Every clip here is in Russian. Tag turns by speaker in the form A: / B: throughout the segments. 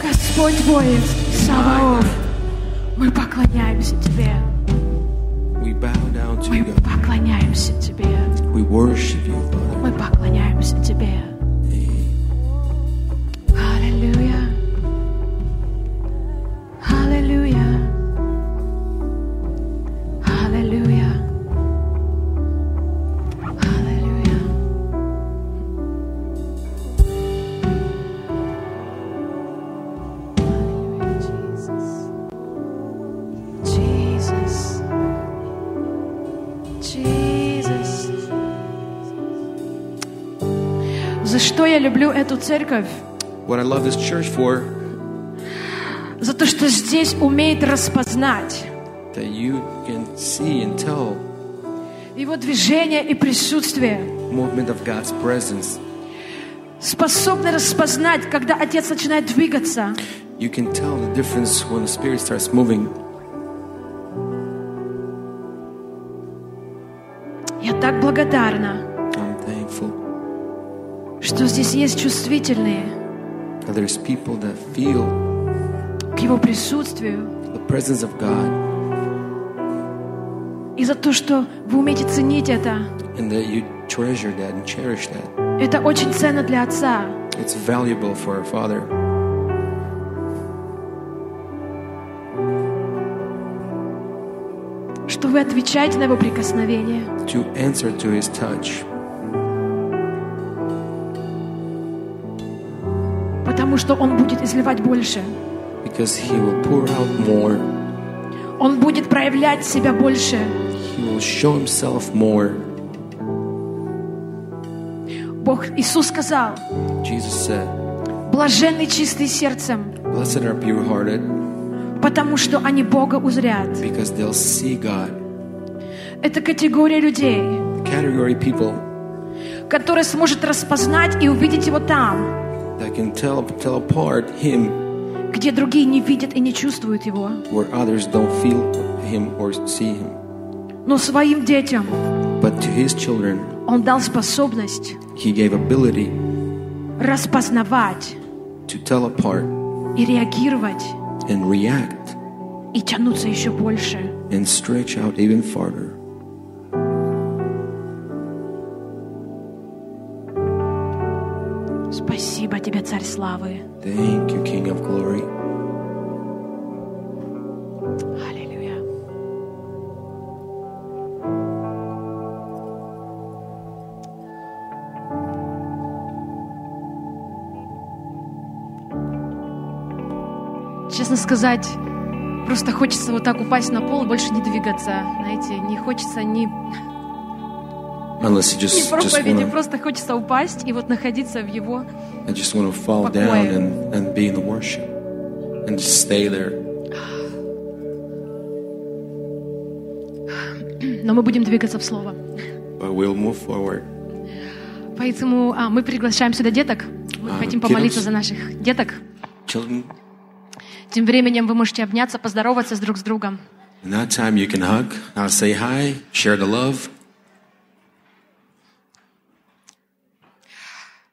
A: Господь воин, Саваоф, мы поклоняемся Тебе.
B: We bow down to
A: Мы
B: you, God.
A: поклоняемся Тебе.
B: We worship you, Father.
A: Мы поклоняемся Тебе. Аллилуйя. Аллилуйя. Аллилуйя. Аллилуйя. Аллилуйя, Иисус. Jesus, Jesus. За что я люблю эту церковь?
B: What I love this church for,
A: За то, что здесь умеет распознать
B: that you can see and tell
A: его движение и присутствие.
B: movement of God's presence.
A: Способны распознать, когда Отец начинает двигаться.
B: You can tell the difference when the Spirit starts moving.
A: Я так благодарна,
B: I'm thankful
A: что здесь есть чувствительные
B: that there's people that feel
A: к Его присутствию.
B: the presence of God
A: И за то, что вы умеете ценить это.
B: and that you treasure that and cherish that.
A: Это очень ценно для Отца.
B: It's valuable for our Father.
A: Что вы отвечаете на Его прикосновение.
B: To answer to His touch,
A: Потому что Он будет изливать больше.
B: because He will pour out more,
A: Он будет проявлять себя больше.
B: He will show Himself more.
A: Бог Иисус сказал,
B: Jesus said,
A: блаженны чистые сердцем,
B: Blessed are pure hearted,
A: потому что они Бога узрят.
B: because they'll see God.
A: Это категория людей,
B: The category people
A: которая сможет распознать и увидеть Его там,
B: that can tell tell apart Him
A: где другие не видят и не чувствуют Его.
B: where others don't feel Him or see Him.
A: Но своим детям
B: But to His children,
A: Он дал способность
B: He gave ability
A: распознавать
B: to tell apart
A: и реагировать,
B: and react
A: и тянуться еще больше.
B: and stretch out even farther.
A: Спасибо Тебе, Царь Славы.
B: Thank you, King of Glory.
A: Аллилуйя. Честно сказать, просто хочется вот так упасть на пол и больше не двигаться, знаете, не хочется ни,
B: Unless you
A: ни
B: just just
A: проповеди,
B: want to,
A: просто хочется упасть и вот находиться в его
B: I just want to fall down and, and be in the worship and just stay there.
A: Но мы будем двигаться в слово.
B: But we'll move forward.
A: Поэтому а, мы приглашаем сюда деток. Мы
B: А,
A: хотим
B: кидамс.
A: помолиться за наших деток.
B: Children,
A: Тем временем вы можете обняться, поздороваться с друг с другом.
B: in that time you can hug. I'll say hi, share the love.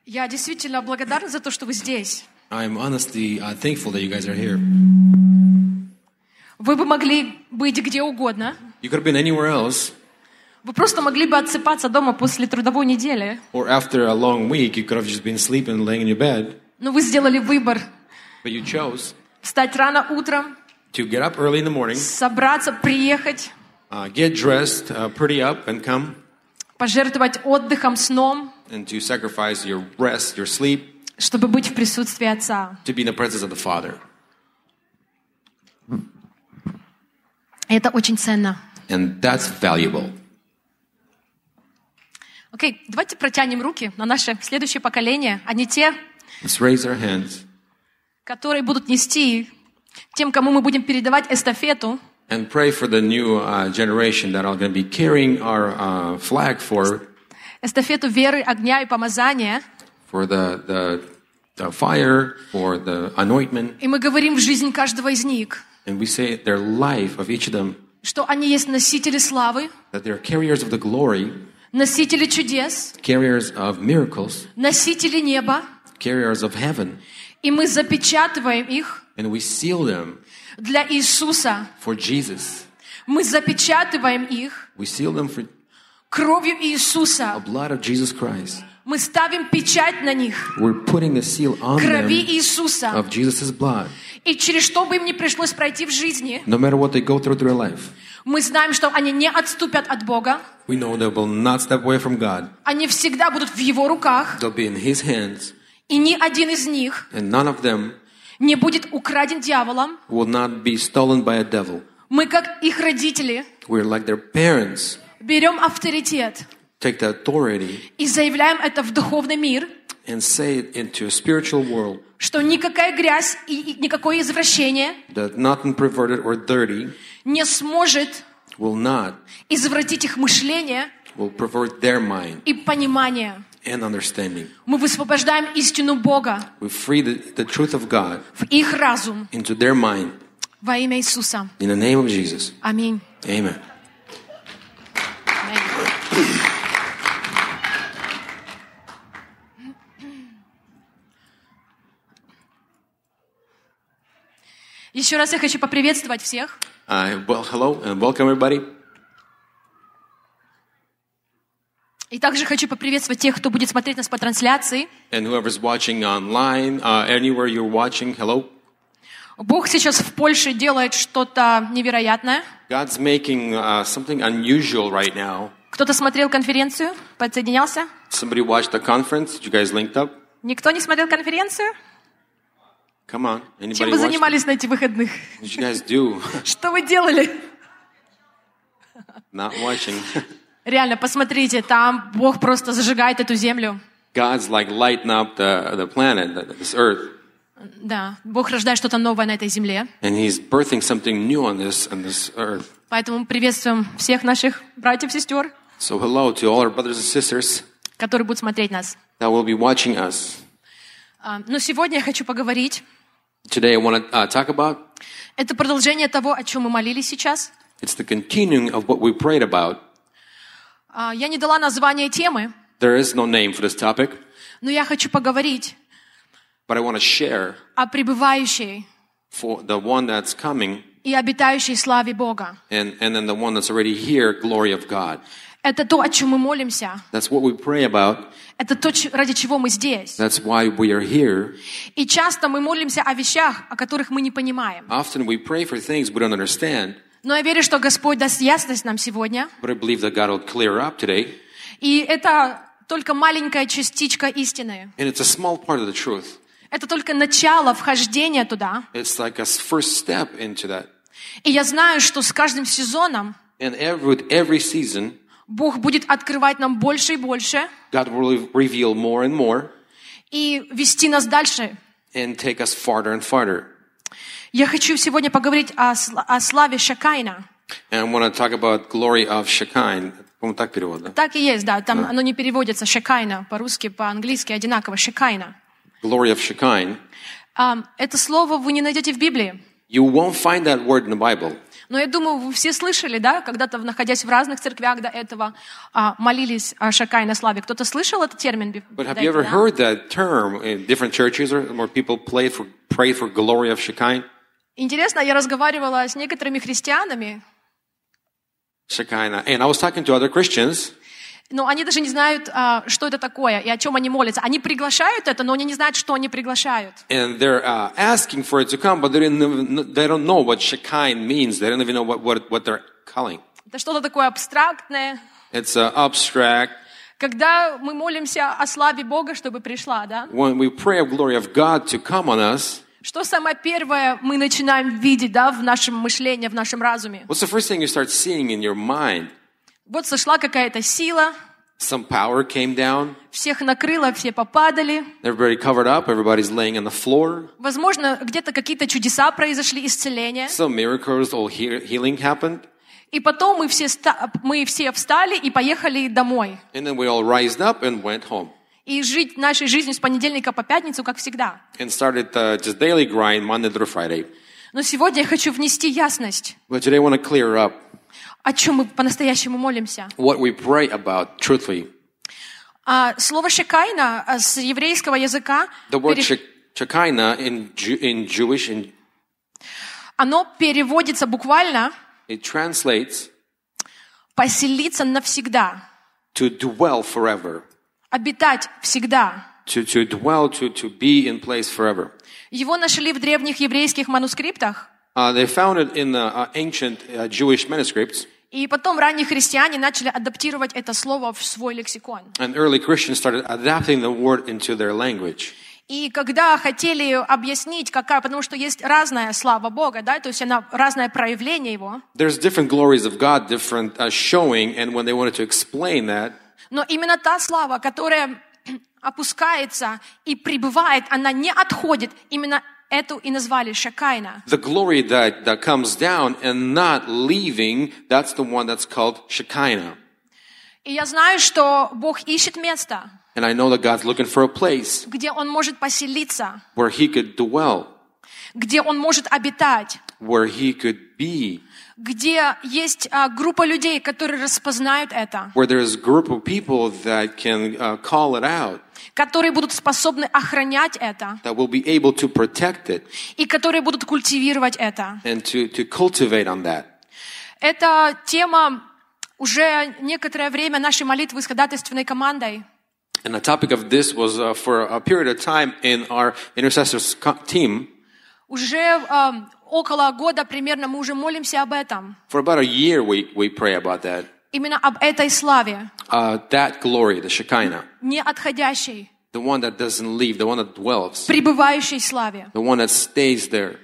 A: Я действительно благодарна за то, что вы здесь.
B: I'm honestly uh, thankful that you guys are here.
A: Вы бы могли быть где угодно.
B: You could have been anywhere else,
A: Вы просто могли бы отсыпаться дома после трудовой недели.
B: or after a long week, you could have just been sleeping, laying in your bed.
A: Но вы сделали выбор
B: But you chose
A: встать рано утром,
B: to get up early in the morning,
A: собраться, приехать,
B: uh, get dressed, uh, pretty up, and come,
A: пожертвовать отдыхом, сном,
B: and to sacrifice your rest, your sleep,
A: чтобы быть в присутствии Отца.
B: to be in the presence of the Father.
A: И Это очень ценно.
B: And that's valuable.
A: Окей, давайте протянем руки на наше следующее поколение, а не те,
B: Let's raise our hands
A: которые будут нести тем, кому мы будем передавать эстафету,
B: and pray for the new uh, generation that are going to be carrying our uh, flag for,
A: эстафету веры, огня и помазания.
B: for the, the, the fire, for the anointment.
A: И мы говорим в жизнь каждого из них,
B: And we say their life of each of them,
A: что они есть носители славы,
B: that they're carriers of the glory,
A: носители чудес,
B: carriers of miracles,
A: носители неба.
B: carriers of heaven.
A: И мы запечатываем их
B: and we seal them
A: для Иисуса.
B: for Jesus.
A: Мы запечатываем их
B: We seal them for
A: кровью
B: the
A: Иисуса.
B: blood of Jesus Christ.
A: Мы ставим печать на них
B: We're putting the seal on them
A: крови Иисуса.
B: of Jesus' blood.
A: И через что бы им ни пришлось пройти в жизни,
B: No matter what they go through their life,
A: мы знаем, что они не отступят от Бога.
B: we know they will not step away from God.
A: Они всегда будут в Его руках.
B: They'll be in His hands,
A: И ни один из них
B: and none of them
A: не будет украден дьяволом.
B: will not be stolen by a devil.
A: Мы, как их родители,
B: We're like their parents,
A: берем авторитет
B: take the authority
A: и заявляем это в духовный мир,
B: and say it into a spiritual world
A: что никакая грязь и, и никакое извращение
B: that nothing perverted or dirty
A: не сможет
B: will not,
A: извратить их мышление
B: will pervert their mind
A: и понимание.
B: and understanding.
A: Мы высвобождаем истину Бога
B: We free the, the truth of God
A: в их разум
B: into their mind
A: во имя Иисуса.
B: in the name of Jesus.
A: Аминь.
B: Amen.
A: Еще раз я хочу поприветствовать всех.
B: Uh, well, hello and welcome everybody.
A: И также хочу поприветствовать тех, кто будет смотреть нас по трансляции.
B: And whoever's watching online, uh, anywhere you're watching, hello.
A: Бог сейчас в Польше делает что-то невероятное.
B: God's making uh, something unusual right now.
A: Кто-то смотрел конференцию, подсоединялся?
B: Somebody watched the conference. You guys linked up?
A: Никто не смотрел конференцию?
B: Come on.
A: Чем
B: Anybody
A: вы
B: watched? What
A: занимались на эти выходных?
B: did you guys do?
A: Что вы делали?
B: Not watching.
A: Реально, посмотрите, там Бог просто зажигает эту землю.
B: God's like lighting up the, the planet, the, this earth,
A: Да, Бог рождает что-то новое на этой земле.
B: and He's birthing something new on this on this earth.
A: Поэтому приветствуем всех наших братьев, сестер,
B: So hello to all our brothers and sisters
A: которые будут смотреть нас.
B: that will be watching us
A: А, Но сегодня я хочу поговорить.
B: today. I want to uh, talk about
A: Это продолжение того, о чем мы молились сейчас.
B: it's the continuing of what we prayed about.
A: А, Я не дала название темы,
B: There is no name for this topic,
A: но я хочу поговорить
B: but I want to share
A: о пребывающей
B: for the one that's coming
A: и обитающей славе Бога.
B: and, and then the one that's already here, glory of God.
A: Это то, о чем мы молимся.
B: That's what we pray about.
A: Это то, ч- ради чего мы здесь.
B: That's why we are here.
A: И часто мы молимся о вещах, о которых мы не понимаем.
B: Often we pray for things we don't understand,
A: Но я верю, что Господь даст ясность нам сегодня.
B: but I believe that God will clear up today.
A: И это только маленькая частичка истины.
B: And it's a small part of the truth.
A: Это только начало вхождения туда.
B: It's like a s- first step into that.
A: И я знаю, что с каждым сезоном
B: And every, with every season,
A: Бог будет открывать нам больше и больше
B: God will re- reveal more and more
A: и вести нас дальше.
B: and take us farther and farther.
A: Я хочу сегодня поговорить о, сла- о славе Шакайна.
B: And I want to talk about glory of Shekinah. По-моему, так перевод, да?
A: Так и есть, да, там оно не переводится Шакайна, по-русски, по-английски одинаково, Шакайна.
B: Glory of Shekinah.
A: А, это слово вы не найдете в Библии,
B: You won't find that word in the Bible.
A: но я думаю, вы все слышали, да, когда-то, находясь в разных церквях до этого, а, молились о Шакайна славе. Кто-то слышал этот термин? бе-
B: But have
A: до
B: you ever
A: этого, да?
B: heard that term in different churches or where people play for, pray for glory of Shekinah?
A: Интересно, я разговаривала с некоторыми христианами,
B: Shekinah. And I was talking to other Christians,
A: но они даже не знают, а, что это такое и о чем они молятся. Они приглашают это, но они не знают, что они приглашают.
B: and they're uh, asking for it to come, but they, didn't, even- they don't know what Shekinah means. They don't even know what, what, what they're calling.
A: Это что-то такое абстрактное.
B: It's uh, abstract.
A: Когда мы молимся о славе Бога, чтобы пришла, да?
B: When we pray of glory of God to come on us,
A: Что самое первое мы начинаем видеть, да, в нашем мышлении, в нашем разуме?
B: what's the first thing you start seeing in your mind?
A: Вот сошла какая-то сила,
B: Some power came down.
A: всех накрыла, все попадали.
B: Everybody covered up. Everybody's laying on the floor.
A: Возможно, где-то какие-то чудеса произошли, исцеления.
B: Some miracles or heal- healing happened.
A: И потом мы все, ста- мы все встали и поехали домой.
B: And then we all rised up and went home
A: И жить нашей жизнью с понедельника по пятницу, как всегда.
B: and started uh, just daily grind Monday through Friday.
A: Но сегодня я хочу внести ясность,
B: But today I want to clear up
A: о чем мы по-настоящему молимся.
B: what we pray about truthfully.
A: А, слово «шекайна» а, с еврейского языка
B: The word
A: пере-
B: shek- Shekinah in, Ju- in Jewish, in,
A: Оно переводится буквально
B: it translates
A: «поселиться навсегда»,
B: to dwell forever.
A: «обитать всегда».
B: To, to dwell, to, to be in place forever.
A: Его нашли в древних еврейских манускриптах,
B: Uh, they found it in the uh, ancient uh, Jewish manuscripts,
A: и потом ранние христиане начали адаптировать это слово в свой лексикон.
B: and early Christians started adapting the word into their language.
A: И когда хотели объяснить, какая, потому что есть разная слава Бога, да, то есть она разное проявление Его,
B: There's different glories of God, different uh, showing, and when they wanted to explain that,
A: но именно та слава, которая опускается и пребывает, она не отходит, именно эту и назвали Шакайна.
B: the glory that, that comes down and not leaving, that's the one that's called Shekinah.
A: И я знаю, что Бог ищет место,
B: And I know that God's looking for a place
A: где Он может поселиться,
B: where He could dwell,
A: где Он может обитать,
B: where He could be,
A: где есть а, группа людей, которые распознают это,
B: where there's a group of people that can uh, call it out,
A: которые будут способны охранять это
B: that will be able to protect it
A: и которые будут культивировать это.
B: and to, to cultivate on that.
A: Эта тема уже некоторое время нашей молитвы с ходатайственной командой.
B: And the topic of this was uh, for a period of time in our intercessors co- team.
A: Уже а, около года примерно мы уже молимся об этом,
B: For about a year, we, we pray about that.
A: именно об этой славе,
B: Uh, that glory, the Shekinah,
A: не отходящей,
B: the one that doesn't leave, the one that dwells,
A: пребывающей славе.
B: the one that stays there.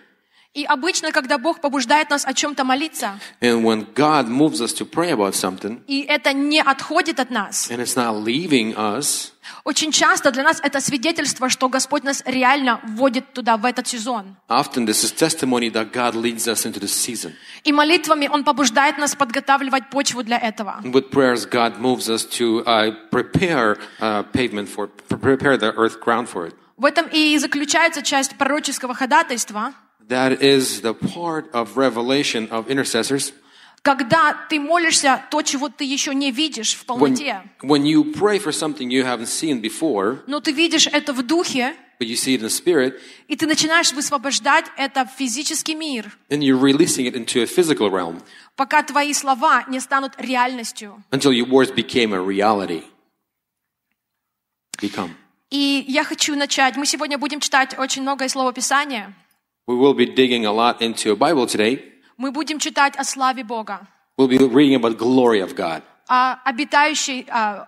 A: И обычно, когда Бог побуждает нас о чем-то молиться,
B: And when God moves us to pray about something,
A: и это не отходит от нас,
B: and it's not leaving us,
A: очень часто для нас это свидетельство, что Господь нас реально вводит туда, в этот сезон.
B: often this is testimony that God leads us into the season.
A: И молитвами Он побуждает нас подготавливать почву для этого.
B: And with prayers, God moves us to uh, prepare uh, pavement for, pre- prepare the earth ground for it.
A: В этом и заключается часть пророческого ходатайства,
B: That is the part of revelation of intercessors.
A: когда ты молишься то, чего ты еще не видишь в
B: When,
A: полноте.
B: when you pray for something you haven't seen before,
A: Но ты видишь это в духе,
B: but you see it in the spirit,
A: и ты начинаешь высвобождать это в физический мир,
B: and you're releasing it into a physical realm
A: пока твои слова не станут реальностью.
B: until your words became a reality. Become.
A: И я хочу начать. Мы сегодня будем читать очень много из Слова Писания.
B: We will be digging a lot into a Bible today.
A: Мы будем читать о славе Бога,
B: We'll be reading about glory of God,
A: о обитающей, о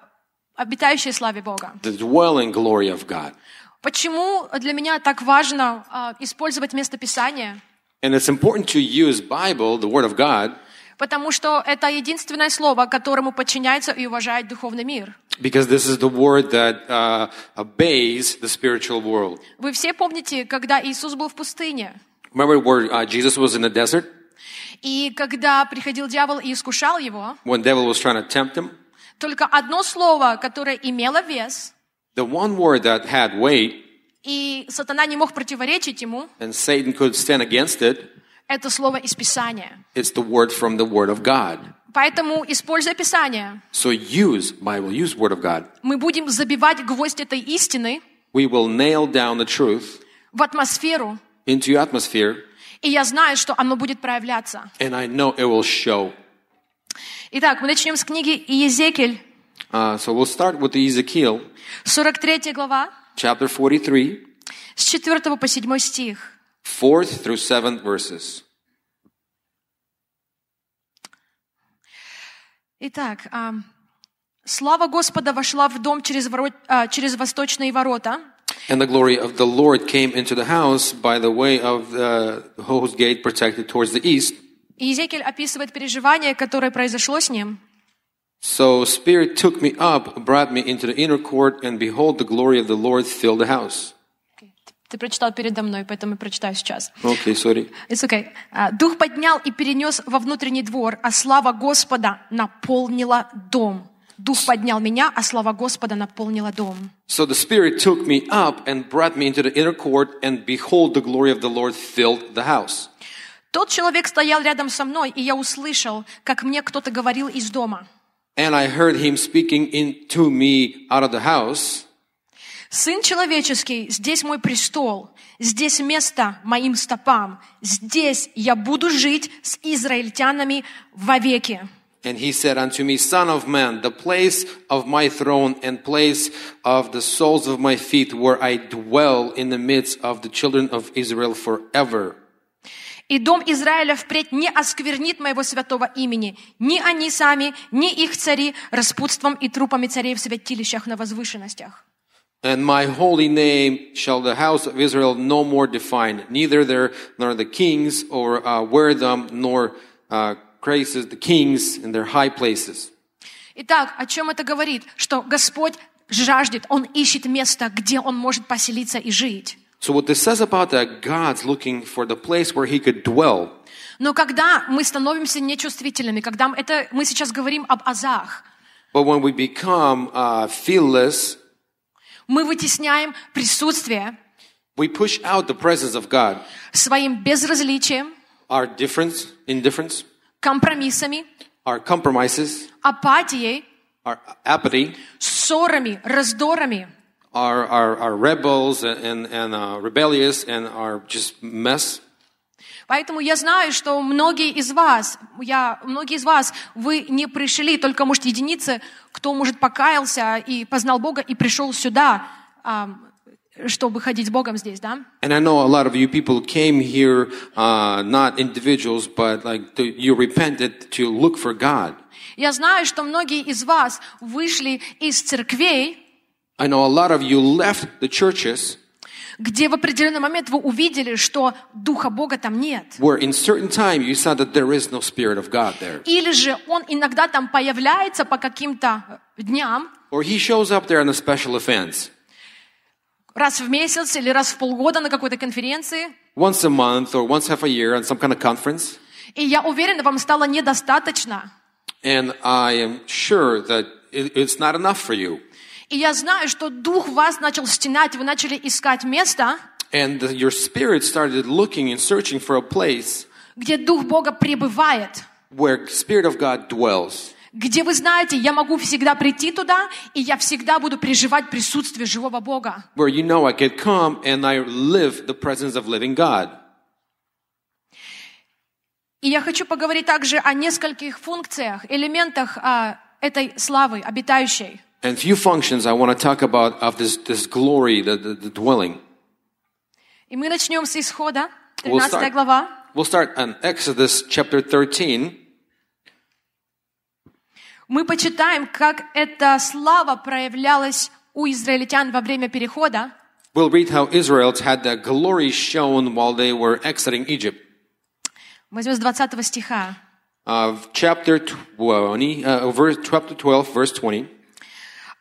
A: обитающей славе Бога.
B: the dwelling glory of God.
A: Почему для меня так важно а, использовать место Писания?
B: And it's important to use Bible, the Word of God,
A: Потому что это единственное слово, которому подчиняется и уважает духовный мир.
B: because this is the word that uh, obeys the spiritual world.
A: Вы все помните, когда Иисус был в пустыне,
B: Remember where uh, Jesus was in the desert
A: и когда приходил дьявол и искушал его,
B: when devil was trying to tempt him?
A: только одно слово, которое имело вес,
B: The one word that had weight
A: и сатана не мог противоречить ему,
B: and Satan could stand against it,
A: это слово из Писания.
B: it's the word from the Word of God.
A: Поэтому, используя Писание,
B: So use Bible, use Word of God.
A: мы будем забивать гвоздь этой истины
B: We will nail down the truth
A: в атмосферу,
B: into your atmosphere,
A: и я знаю, что оно будет проявляться.
B: and I know it will show.
A: Итак, мы начнем с книги Иезекииль,
B: Uh, so we'll start with Ezekiel
A: 43 глава,
B: chapter 43,
A: с 4 по 7 стих.
B: 4th through 7th verses.
A: Итак, а, слава Господа вошла в дом через, ворот- а, через восточные ворота,
B: And the glory of the Lord came into the house by the way of the host gate protected towards the east.
A: и Иезекииль описывает переживание, которое произошло с ним.
B: So spirit took me up, brought me into the inner court, and behold, the glory of the Lord filled the house.
A: Ты- Ты прочитал передо мной, поэтому я прочитаю сейчас.
B: Okay, sorry.
A: It's okay. А, Дух поднял и перенес во внутренний двор, а слава Господа наполнила дом. Дух поднял меня, а слава Господа наполнила дом.
B: So the spirit took me up and brought me into the inner court, and behold, the glory of the Lord filled the house.
A: Тот человек стоял рядом со мной, и я услышал, как мне кто-то говорил из дома.
B: And I heard him speaking in to me out of the house.
A: Сын человеческий, здесь мой престол, здесь место моим стопам, здесь я буду жить с израильтянами вовеки.
B: And he said unto me, Son of man, the place of my throne and place of the soles of my feet, where I dwell in the midst of the children of Israel forever.
A: И дом Израиля впредь не осквернит моего святого имени, ни они сами, ни их цари, распутством и трупами царей в святилищах на возвышенностях.
B: And my holy name shall the house of Israel no more define, neither there nor the kings or uh, wear them, nor uh, graces the kings in their high places.
A: Итак, о чем это говорит? Что Господь жаждет, Он ищет место, где Он может поселиться и жить.
B: So what this says about that God's looking for the place where He could dwell.
A: Но когда мы становимся нечувствительными, когда мы- это, мы сейчас говорим об азах,
B: But when we become uh, feelless,
A: мы вытесняем присутствие
B: we push out the presence of God.
A: своим безразличием,
B: Our difference, indifference,
A: компромиссами,
B: our compromises,
A: апатией,
B: our apathy,
A: ссорами, раздорами.
B: our, our, our rebels and, and uh, rebellious and our just mess.
A: Поэтому я знаю, что многие из вас, я, многие из вас, вы не пришли, только, может, единицы, кто, может, покаялся и познал Бога и пришел сюда, ам, чтобы ходить с Богом здесь, да?
B: And I know a lot of you people came here, uh, not individuals, but like to, you repented to look for God.
A: Я знаю, что многие из вас вышли из церквей,
B: I know a lot of you left the churches
A: где в определенный момент вы увидели, что Духа Бога там нет.
B: where in certain time you saw that there is no spirit of God there.
A: Или же Он иногда там появляется по каким-то дням,
B: Or he shows up there on a special offense.
A: раз в месяц или раз в полгода на какой-то конференции.
B: Once a month or once half a year on some kind of conference.
A: И я уверена, вам стало недостаточно.
B: And I am sure that it, it's not enough for you.
A: И я знаю, что Дух вас начал стенать, вы начали искать место,
B: And the, your spirit started looking and searching for a place
A: где Дух Бога пребывает,
B: where spirit of God dwells.
A: где вы знаете, я могу всегда прийти туда, и я всегда буду переживать присутствие живого Бога.
B: Where you know I could come and I live the presence of living God.
A: И я хочу поговорить также о нескольких функциях, элементах а, этой славы, обитающей.
B: And few functions I want to talk about of this, this glory, the, the, the dwelling.
A: И мы начнем с исхода,
B: We'll
A: 13
B: start-
A: глава.
B: We'll start on Exodus chapter 13.
A: Мы почитаем, как эта слава проявлялась у израильтян во время перехода.
B: We'll read how Israel had their glory shown while they were exiting Egypt.
A: Возьмем с 20 стиха.
B: Of chapter 20, uh, verse, chapter 12, verse 20.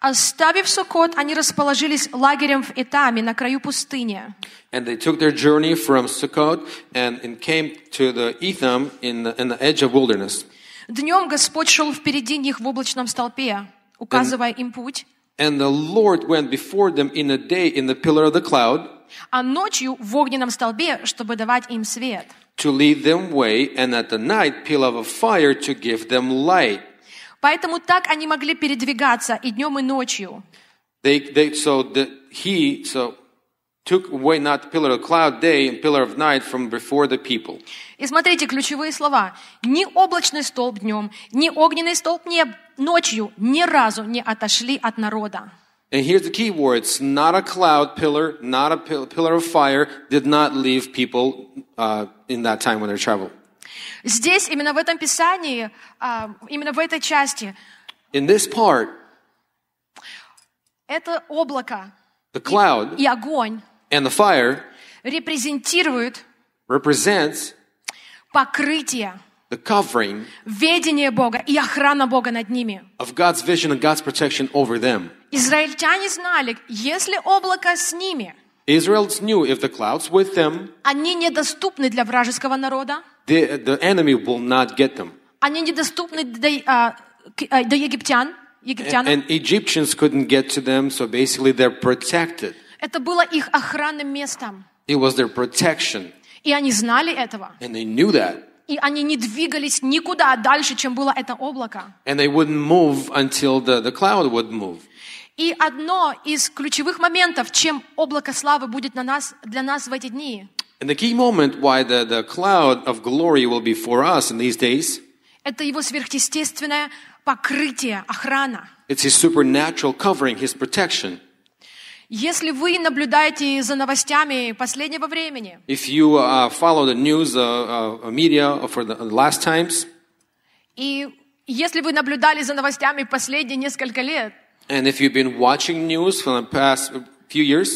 A: «Оставив Сукот, они расположились лагерем в Этаме на краю пустыни.
B: And they took their journey from Sukkot and, and came to the Etham in the, in the edge of wilderness.
A: Днем Господь шел впереди них в облачном столпе, указывая им путь,
B: And the Lord went before them in the day in the pillar of the cloud
A: а ночью в огненном столбе, чтобы давать им свет».
B: to lead them way, and at the night pillar of fire to give them light.
A: Поэтому так они могли передвигаться и днем, и ночью.
B: They, they, so the, he so took away not the pillar of cloud day and pillar of night from before the people.
A: И смотрите, ключевые слова. Ни облачный столб днем, ни огненный столб не- ночью ни разу не отошли от народа.
B: And here's the key words: not a cloud pillar, not a pil- pillar of fire did not leave people uh, in that time when they travel.
A: Здесь, именно в этом писании, а, именно в этой части,
B: In this part,
A: это облако
B: the cloud
A: и огонь
B: and the fire
A: репрезентируют
B: represents
A: покрытие,
B: the covering
A: ведение Бога и охрана Бога над ними.
B: of God's vision and God's protection over them.
A: Израильтяне знали, если облако с ними,
B: Israel's knew if the clouds with them,
A: они недоступны для вражеского народа,
B: the, the enemy will not get them.
A: Они недоступны до, а, к- а, до египтян, египтянам.
B: And Egyptians couldn't get to them, so basically they're protected.
A: Это было их охранным местом.
B: It was their protection,
A: И они знали этого.
B: and they knew that.
A: И они не двигались никуда дальше, чем было это облако.
B: And they wouldn't move until the, the cloud would move.
A: И одно из ключевых моментов, чем облако славы будет на нас, для нас в эти дни,
B: And the key moment why the, the cloud of glory will be for us in these days,
A: это его сверхъестественное покрытие, охрана.
B: it's his supernatural covering, his protection.
A: Если вы наблюдаете за новостями последнего времени,
B: If you uh, follow the news, uh, uh, media for the last times,
A: и если вы наблюдали за новостями последние несколько лет,
B: and if you've been watching news for the past few years,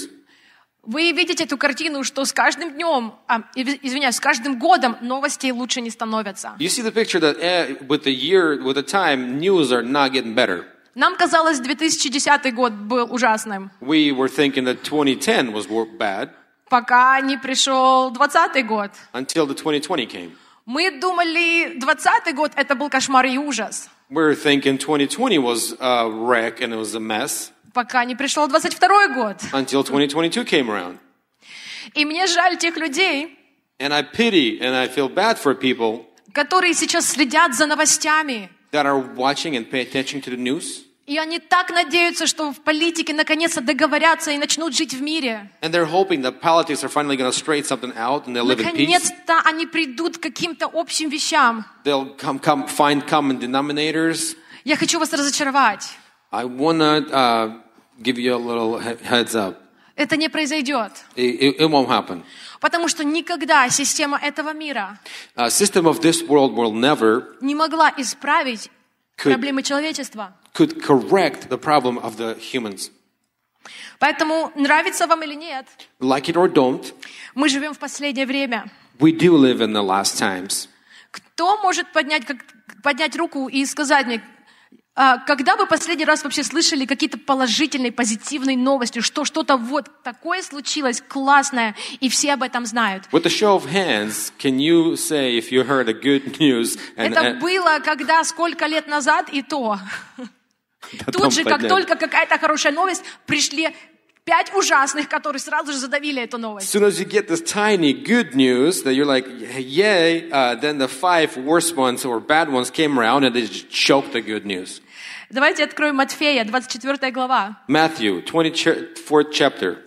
A: вы видите эту картину, что с каждым днем, а, ив- извиняюсь, с каждым годом новости лучше не становятся.
B: you see the picture that eh, with the year, with the time, news are not getting better.
A: Нам казалось, 2010 год был ужасным,
B: We were thinking that 2010 was wor- bad
A: пока не пришел 20 год.
B: until the 2020 came.
A: Мы думали, 20 год это был кошмар и ужас,
B: We were thinking 2020 was a wreck and it was a mess
A: пока не пришел 22 год.
B: until 2022 came around.
A: И мне жаль тех людей,
B: And I pity and I feel bad for people
A: которые сейчас следят за новостями,
B: that are watching and pay attention to the news.
A: и они так надеются, что в политике наконец-то договорятся и начнут жить в мире.
B: And they're hoping that politics are finally going to straighten something out and they'll live in peace.
A: Наконец-то они придут к каким-то общим вещам.
B: They'll come, come find common denominators.
A: Я хочу вас разочаровать.
B: I want to uh, give you a little he- heads up.
A: Это не произойдет.
B: It, it, it won't happen.
A: Потому что никогда система этого мira
B: A system of this world will never
A: не могла исправить
B: Could-
A: проблемы человечества.
B: could correct the problem of the humans.
A: Поэтому, нравится вам или нет,
B: Like it or don't,
A: мы живем в последнее время.
B: we do live in the last times.
A: Кто может поднять, как, поднять руку и сказать мне, а, когда вы последний раз вообще слышали какие-то положительные, позитивные новости, что что-то вот такое случилось, классное, и все об этом знают?
B: With a show of hands, can you say if you heard a good news and,
A: Это
B: and-
A: было когда сколько лет назад и то.
B: Да там
A: Тут же, как
B: понятно.
A: только какая-то хорошая новость, пришли пять ужасных, которые сразу же задавили эту
B: As
A: новость.
B: soon as you get this tiny good news that you're like, yay, uh, then the five worst ones or bad ones came around and they just choked the good news.
A: Давайте откроем Матфея, 24 глава.
B: Matthew, 24th chapter.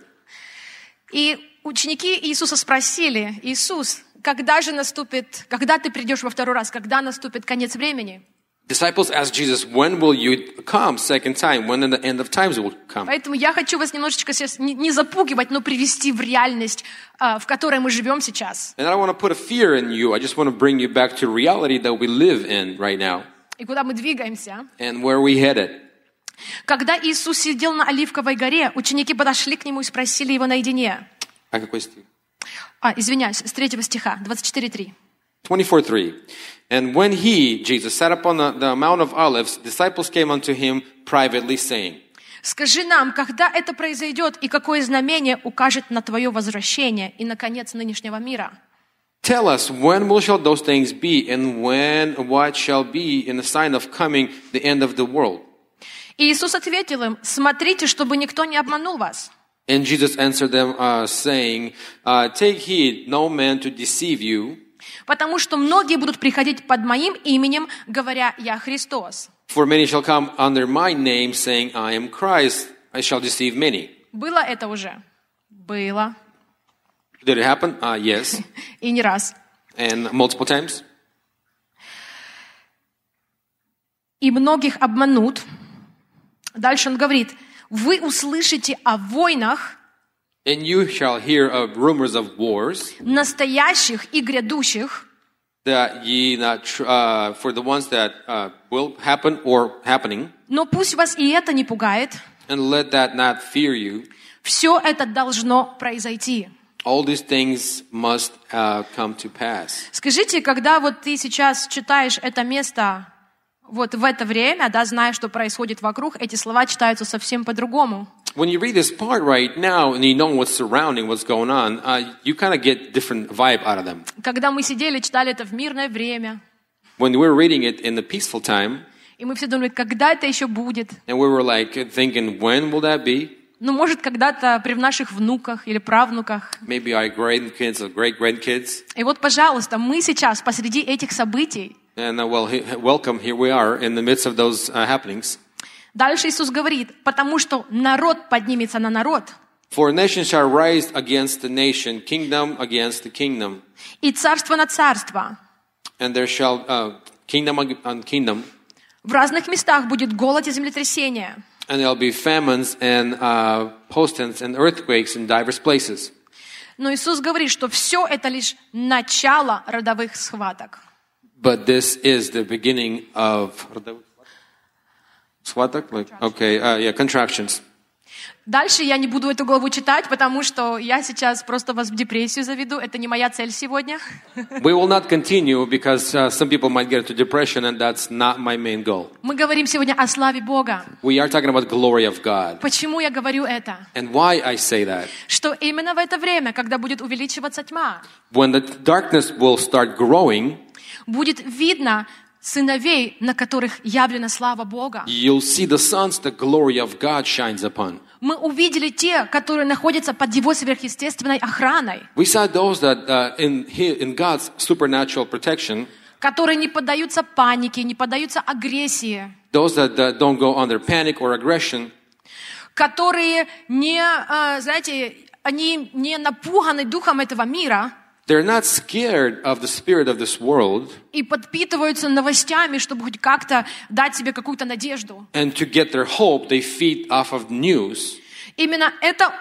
A: И ученики Иисуса спросили, Иисус, когда же наступит, когда ты придешь во второй раз, когда наступит конец времени?
B: Disciples asked Jesus, when will you come second time? When in the end of times will come?
A: Поэтому я хочу вас немножечко сейчас не, не запугивать, но привести в реальность, а, в которой мы живем сейчас.
B: And I don't want to put a fear in you. I just want to bring you back to reality that we live in right now
A: И куда мы двигаемся.
B: and where we headed.
A: Когда Иисус сидел на Оливковой горе, ученики подошли к Нему и спросили Его наедине.
B: А какой стих?
A: А, извиняюсь, с 3 стиха, 24.3.
B: 24 3. And when he, Jesus, sat upon the, the Mount of Olives, disciples came unto him privately, saying,
A: «Скажи нам, когда это произойдет, и какое знамение укажет на Твое возвращение и на конец нынешнего мира?»
B: Tell us when will shall those things be, and when what shall be in the sign of coming the end of the world?
A: И Иисус ответил им, «Смотрите, чтобы никто не обманул вас,
B: And Jesus answered them, uh, saying, uh, Take heed, no man to deceive you,
A: потому что многие будут приходить под Моим именем, говоря, «Я Христос».
B: for many shall come under my name, saying, I am Christ. I shall deceive many.
A: Было это уже? Было.
B: Did it happen? Uh, yes,
A: И не раз.
B: and multiple times.
A: и многих обманут. Дальше он говорит, вы услышите о войнах
B: And you shall hear of rumors of wars.
A: настоящих и грядущих,
B: that ye not tr- uh, for the ones that uh, will happen or happening,
A: но пусть вас и это не пугает.
B: and let that not fear you.
A: Все это должно произойти.
B: All these things must uh, come to pass.
A: Скажите, когда вот ты сейчас читаешь это место, вот в это время, да, зная, что происходит вокруг, эти слова читаются совсем по-другому.
B: When you read this part right now, and you know what's surrounding, what's going on, uh, you kind of get different vibe out of them.
A: Когда мы сидели, читали это в мирное время,
B: When we were reading it in the peaceful time,
A: и мы все думали, когда это еще будет?
B: and we were like thinking, when will that be?
A: Ну, может, когда-то при наших внуках или правнуках.
B: Maybe our grandkids or great grandkids.
A: И вот, пожалуйста, мы сейчас посреди этих событий,
B: And uh, well, he- welcome. Here we are in the midst of those uh, happenings.
A: Дальше Иисус говорит, потому что народ поднимется на народ,
B: For a nation shall rise against the nation, kingdom against the kingdom,
A: и царство на царство.
B: and there shall uh, kingdom ag- on kingdom,
A: В разных местах будет голод и землетрясение.
B: and there'll be famines and uh, posts and earthquakes in diverse places.
A: Но Иисус говорит, что все это лишь начало родовых схваток.
B: But this is the beginning of Swatak? Like, okay, uh, yeah, contractions.
A: Дальше я не буду эту главу читать, потому что я сейчас просто вас в депрессию заведу. Это не моя цель сегодня.
B: we will not continue because uh, some people might get into depression, and that's not my main goal.
A: Мы говорим сегодня о славе Бога.
B: We are talking about glory of God.
A: Почему я говорю это?
B: And why I say that?
A: Что именно в это время, когда будет увеличиваться тьма,
B: When the darkness will start growing,
A: будет видно сыновей, на которых явлена слава Бога.
B: you'll see the sons the glory of God shines upon.
A: Мы увидели те, которые находятся под Его сверхъестественной охраной,
B: We saw those that uh, in, He- in God's supernatural protection,
A: которые не поддаются панике, не поддаются агрессии,
B: those that, that don't go under panic or aggression,
A: которые не, э, знаете, они не напуганы духом этого мира
B: they're not scared of the spirit of this world
A: и подпитываются новостями, чтобы хоть как-то дать себе какую-то надежду.
B: and to get their hope they feed off of news
A: Именно это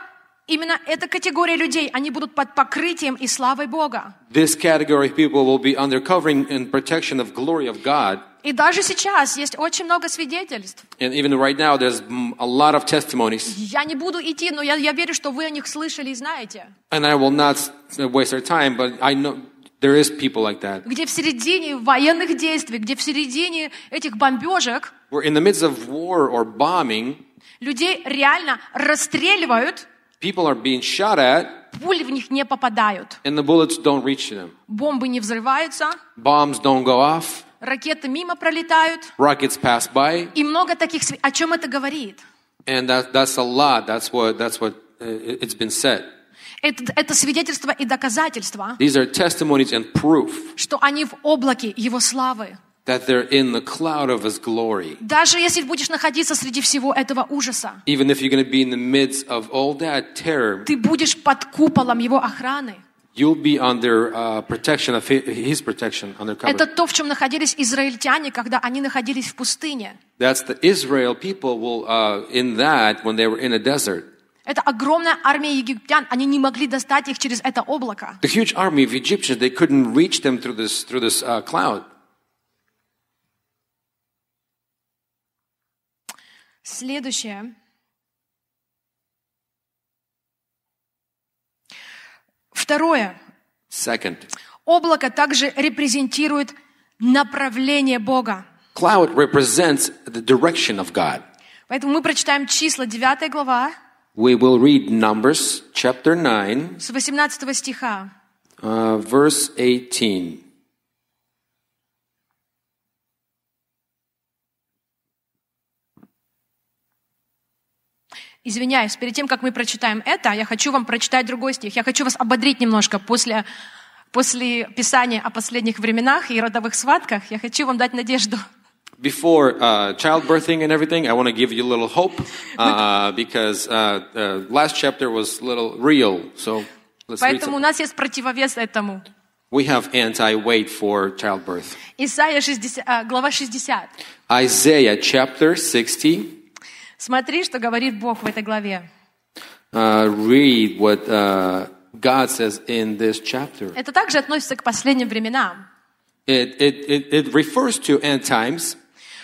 A: Именно эта категория людей, они будут под покрытием и славой Бога.
B: this category of people will be under covering and protection of glory of god
A: И даже сейчас есть очень много свидетельств.
B: and even right now there's mm, a lot of testimonies
A: Я не буду идти, но я, я верю, что вы о них слышали и знаете.
B: and i will not s- waste our time but i know there is people like that
A: Где в середине военных действий, где в середине этих бомбежек
B: we're in the midst of war or bombing
A: людей реально расстреливают,
B: people are being shot at
A: пули в них не попадают.
B: and the bullets don't reach them
A: Бомбы не взрываются,
B: bombs don't go off
A: ракеты мимо пролетают.
B: rockets pass by
A: И много таких... сви- О чем это говорит?
B: and that, that's a lot that's what that's what uh, it- it's been said
A: Это, это свидетельство и доказательство,
B: These are testimonies and proof
A: что они в облаке Его славы.
B: that they're in the cloud of His glory.
A: Даже если будешь находиться среди всего этого ужаса,
B: Even if you're going to be in the midst of all that terror,
A: ты будешь под куполом Его охраны.
B: you'll be under uh, protection of His, his protection, under cover.
A: Это то, в чем находились израильтяне, когда они находились в пустыне.
B: That's the Israel people will uh, in that when they were in a desert.
A: Это огромная армия египтян, они не могли достать их через это облако.
B: The huge army of Egyptians they couldn't reach them through this through this uh, cloud.
A: Следующее. Второе.
B: Second,
A: Облако также репрезентирует направление Бога.
B: cloud represents the direction of God.
A: Поэтому мы прочитаем числа 9 глава
B: We will read Numbers chapter nine,
A: с 18 стиха.
B: uh, verse eighteen.
A: Извиняюсь, перед тем, как мы прочитаем это, я хочу вам прочитать другой стих. Я хочу вас ободрить немножко после, после писания о последних временах и родовых схватках. Я хочу вам дать надежду.
B: before uh, childbirthing and everything, I want to give you a little hope uh, because uh, uh, last chapter was little real. So let's read
A: Поэтому у
B: some.
A: нас есть противовес этому.
B: We have anti-weight for childbirth.
A: Исайя 60, а, глава 60.
B: Isaiah chapter 60.
A: Смотри, что говорит Бог в этой главе.
B: Uh, read what uh, God says in this chapter.
A: Это также относится к последним временам.
B: It, it, it, it refers to end times.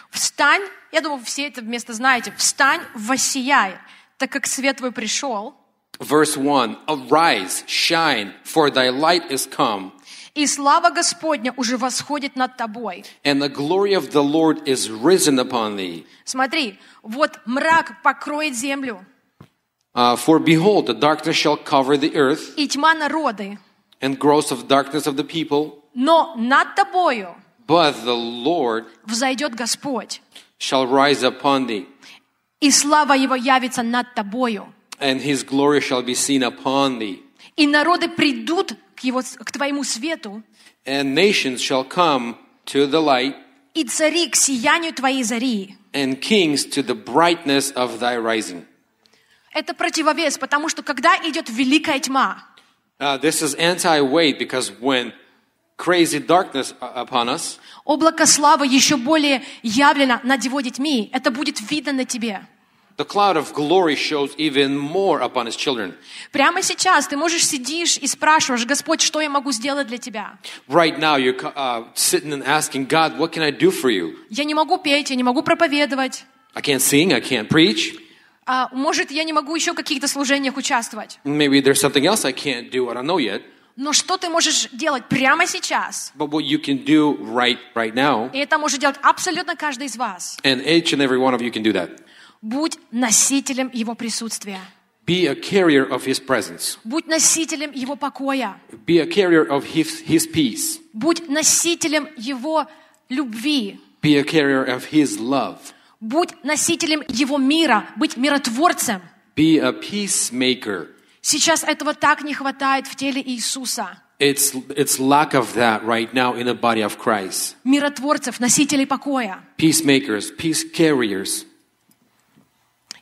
A: «Встань, я думаю, все это место знаете, встань, воссияй, так как свет твой пришел,
B: Verse 1 Arise, shine, for thy light is come,
A: и слава Господня уже восходит над тобой».
B: and the glory of the Lord is risen upon thee.
A: Смотри, вот мрак покроет землю,
B: Uh, for behold, the darkness shall cover the earth,
A: и тьма народы,
B: and gross of darkness of the people.
A: но над тобою
B: But the Lord
A: взойдет Господь,
B: shall rise upon thee,
A: и слава Его явится над тобою,
B: and his glory shall be seen upon thee.
A: и народы придут к, его, к твоему свету,
B: And nations shall come to the light,
A: и цари к сиянию твоей зари.
B: and kings to the brightness of thy rising.
A: Это противовес, потому что когда идет великая тьма,
B: Uh, this is anti weight because when crazy darkness uh, upon us,
A: облако славы еще более явлено над его детьми. Это будет видно на тебе.
B: the cloud of glory shows even more upon his children.
A: Прямо сейчас ты можешь сидишь и спрашиваешь, Господь, что я могу сделать для тебя?
B: Right now, you're co- uh, sitting and asking God, What can I do for you?
A: Я не могу петь, я не могу проповедовать.
B: I can't sing, I can't preach.
A: А, может, я не могу еще в каких-то служениях участвовать.
B: Maybe there's something else I can't do, I don't know yet.
A: Но что ты можешь делать прямо сейчас?
B: But what you can do right right now,
A: И это может делать абсолютно каждый из вас.
B: and each and every one of you can do that.
A: Будь носителем Его присутствия.
B: Be a carrier of his presence.
A: Будь носителем Его покоя.
B: Be a carrier of his, his peace.
A: Будь носителем Его любви.
B: Be a carrier of his love.
A: Будь носителем Его мира. Быть миротворцем.
B: Be a peacemaker.
A: Сейчас этого так не хватает в теле Иисуса.
B: It's it's lack of that right now in the body of Christ.
A: Миротворцев, носителей покоя.
B: Peacemakers, peace carriers,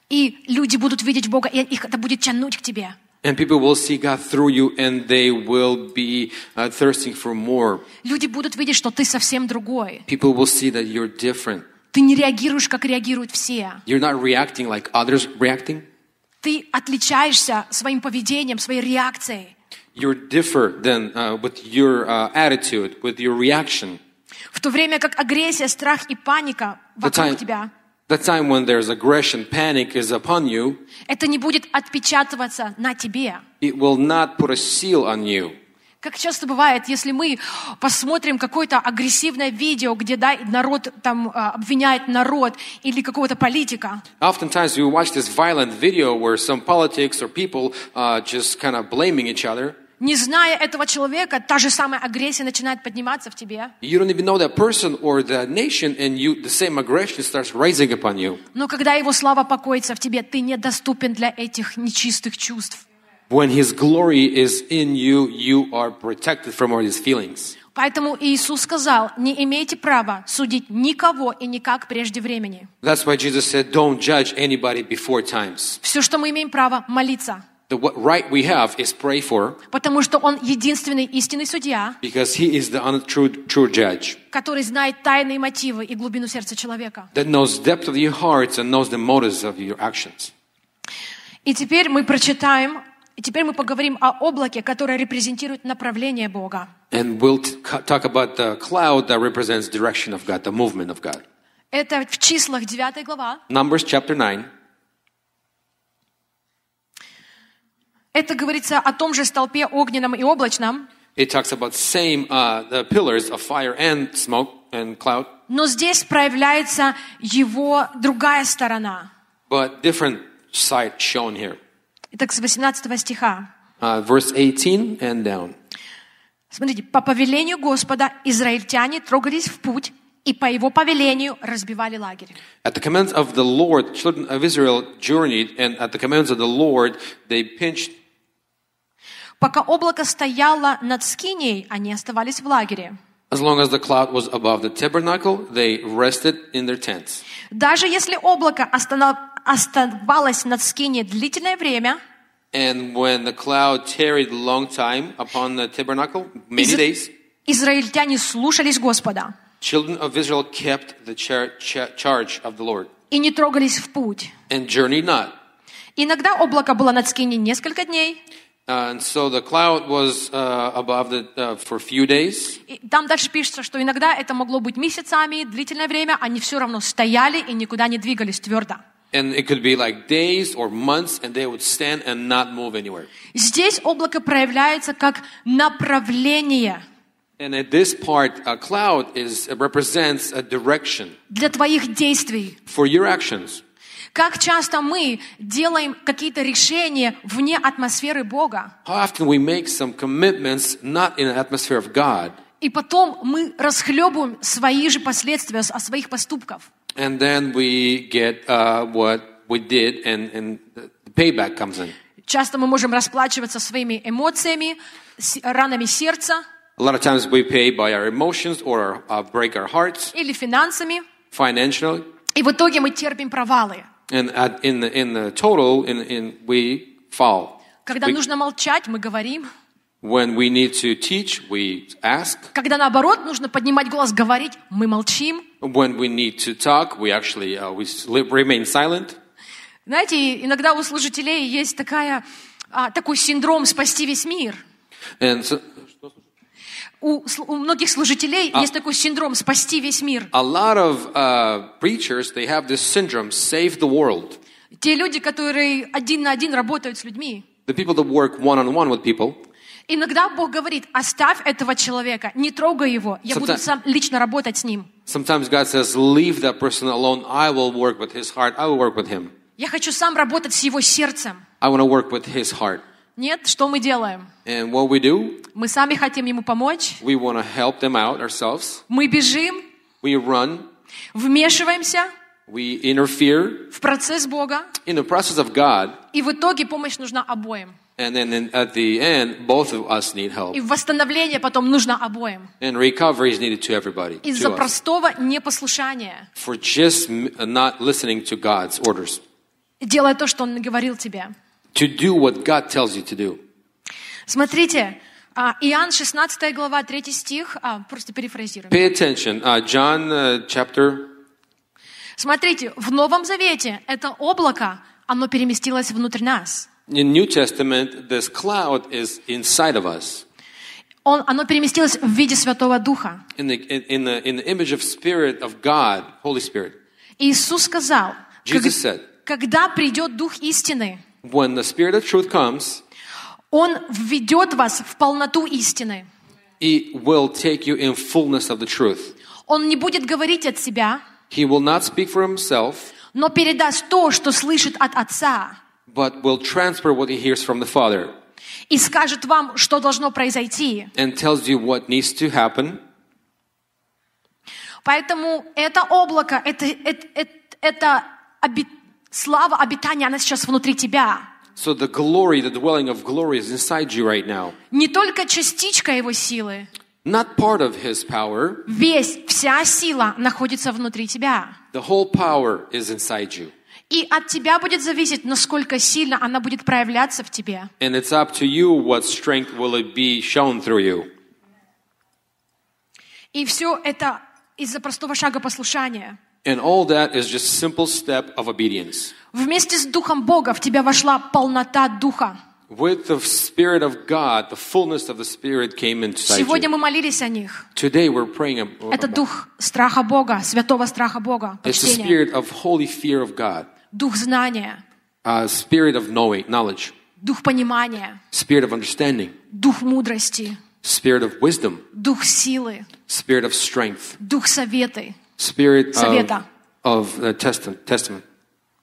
A: И люди будут видеть Бога, и их это будет тянуть к тебе.
B: and people will see God through you, and they will be uh, thirsting for more.
A: Люди будут видеть, что ты совсем другой.
B: People will see that you're different.
A: Ты не реагируешь, как реагируют все.
B: You're not reacting like others reacting.
A: Ты отличаешься своим поведением, своей реакцией.
B: You're different than uh, with your uh, attitude, with your reaction.
A: В то время как агрессия, страх и паника
B: The
A: вокруг
B: time,
A: тебя,
B: the time when there's aggression, panic is upon you.
A: это не будет отпечатываться на тебе.
B: It will not put a seal on you.
A: Как часто бывает, если мы посмотрим какое-то агрессивное видео, где да, народ там а, обвиняет народ или какого-то политика,
B: Oftentimes, we watch this violent video where some politics or people uh, just kind of blaming each other.
A: не зная этого человека, та же самая агрессия начинает подниматься в тебе.
B: You don't even know that person or that nation, and you the same aggression starts rising upon you.
A: Но когда его слава покоится в тебе, ты недоступен для этих нечистых чувств.
B: When His glory is in you, you are protected from all these feelings.
A: Поэтому Иисус сказал, не имеете права судить никого и никак прежде времени.
B: That's why Jesus said, "Don't judge anybody before times."
A: Все, что мы имеем право, молиться.
B: The what right we have is pray for,
A: Потому что Он единственный истинный судья,
B: because He is the un- true true judge
A: который знает тайные мотивы и глубину сердца человека.
B: that knows depth of your hearts and knows the motives of your actions.
A: И теперь мы прочитаем, и теперь мы поговорим о облаке, которое репрезентирует направление Бога.
B: And we'll t- cu- talk about the cloud that represents direction of God, the movement of God.
A: Это в числах 9 глава.
B: Numbers chapter 9.
A: Это говорится о том же столпе огненном и облачном,
B: It talks about same uh, the pillars of fire and smoke and cloud,
A: но здесь проявляется его другая сторона.
B: but different side shown here.
A: Итак, с 18 стиха.
B: Uh, verse 18 and down.
A: Смотрите, по повелению Господа израильтяне трогались в путь и по его повелению разбивали лагерь.
B: At the commands of the Lord, children of Israel journeyed, and at the commands of the Lord, they pinched.
A: Пока облако стояло над Скиней, они оставались в лагере.
B: As long as the cloud was above the tabernacle, they rested in their tents.
A: Даже если облако остана- оставалось над Скиней длительное время,
B: And when the cloud tarried a long time upon the tabernacle, many
A: изра-
B: days,
A: израильтяне слушались Господа
B: Children of Israel kept the char- cha- charge of the Lord
A: и не трогались в путь.
B: and journeyed not.
A: Иногда облако было над Скиней несколько дней,
B: Uh, and so the cloud was uh, above the, uh, for a few days.
A: И там дальше пишется, что иногда это могло быть месяцами, длительное время, они все равно стояли и никуда не двигались твердо.
B: And it could be like days or months, and they would stand and not move anywhere.
A: Здесь облако проявляется как направление
B: And at this part, a cloud is, uh, represents a direction
A: для твоих действий.
B: for your actions.
A: Как часто мы делаем какие-то решения вне атмосферы Бога,
B: How often we make some commitments not in the atmosphere of God,
A: и потом мы расхлебываем свои же последствия с- от своих поступков.
B: and then we get uh, what we did, and, and the payback comes in.
A: Часто мы можем расплачиваться своими эмоциями, с- ранами сердца
B: A lot of times we pay by our emotions or our, uh, break our hearts
A: или финансами.
B: financially.
A: И в итоге мы терпим провалы.
B: And at, in the in the total, in in we fall.
A: Когда
B: We-
A: нужно молчать, мы говорим.
B: when we need to teach, we ask.
A: Когда наоборот нужно поднимать голос, говорить, мы молчим.
B: When we need to talk, we actually uh, we s- li- remain silent.
A: Знаете, иногда у служителей есть такая, а, такой синдром «спасти весь мир».
B: And so,
A: У, сл- у многих служителей есть такой синдром «спасти весь мир».
B: a lot of uh, preachers they have this syndrome: save the world.
A: Те люди, которые один на один работают с людьми.
B: The people that work one on one with people,
A: Иногда Бог говорит, оставь этого человека, не трогай его, я буду
B: Sometimes-
A: сам лично работать с ним.
B: sometimes God says, "Leave that person alone. I will work with his heart. I will work with him.
A: Я хочу сам работать с его сердцем.
B: I want to work with his heart."
A: Нет, что мы делаем?
B: And what we do,
A: Мы сами хотим ему помочь,
B: we want to help them out ourselves.
A: мы бежим,
B: We run.
A: вмешиваемся
B: We interfere
A: в процесс Бога,
B: in the process of God,
A: и в итоге помощь нужна обоим.
B: and then in, at the end, both of us need help.
A: И восстановление потом нужно обоим.
B: And recovery is needed to everybody. to
A: Из-за
B: us.
A: простого непослушания.
B: for just m- not listening to God's orders,
A: Делай то, что Он говорил тебе.
B: to do what God tells you to do.
A: Смотрите, а, Иоанн 16 глава, 3 стих, а, просто перефразируем.
B: Pay attention. Uh, John uh, chapter.
A: Смотрите, в Новом Завете это облако, оно переместилось внутрь нас.
B: In New Testament, this cloud is inside of us.
A: Он, оно переместилось в виде Святого Духа.
B: In the, in, in, the, in the image of Spirit of God, Holy Spirit.
A: И Иисус сказал, «Как-
B: Jesus said,
A: когда придет Дух истины,
B: when the Spirit of truth comes,
A: Он введет вас в полноту истины.
B: He will take you in fullness of the truth.
A: Он не будет говорить от себя,
B: He will not speak for himself,
A: но передаст то, что слышит от Отца,
B: but will transfer what he hears from the Father
A: и скажет вам, что должно произойти.
B: and tells you what needs to happen.
A: Поэтому это облако, это, это, это- это оби- слава обитания, она сейчас внутри тебя.
B: So the glory, the dwelling of glory is inside you right now.
A: Не только частичка его силы,
B: Not part of his power.
A: весь, вся сила находится внутри тебя.
B: The whole power is inside you.
A: И от тебя будет зависеть, насколько сильно она будет проявляться в тебе.
B: And it's up to you what strength will it be shown through you.
A: И все это из-за простого шага послушания.
B: And all that is just simple step of obedience.
A: Вместе с Духом Бога в тебя вошла полнота Духа.
B: With the Spirit of God, the fullness of the Spirit came inside
A: Сегодня
B: you.
A: мы молились о них.
B: Today we're praying ab-
A: Это
B: about-
A: дух страха Бога, святого страха Бога,
B: It's the
A: почтения,
B: spirit of holy fear of God,
A: дух знания,
B: uh, spirit of knowing, knowledge,
A: дух понимания,
B: spirit of understanding,
A: дух мудрости,
B: spirit of wisdom,
A: дух силы,
B: spirit of strength,
A: дух советы.
B: spirit of,
A: Совета.
B: of uh, testament, testament.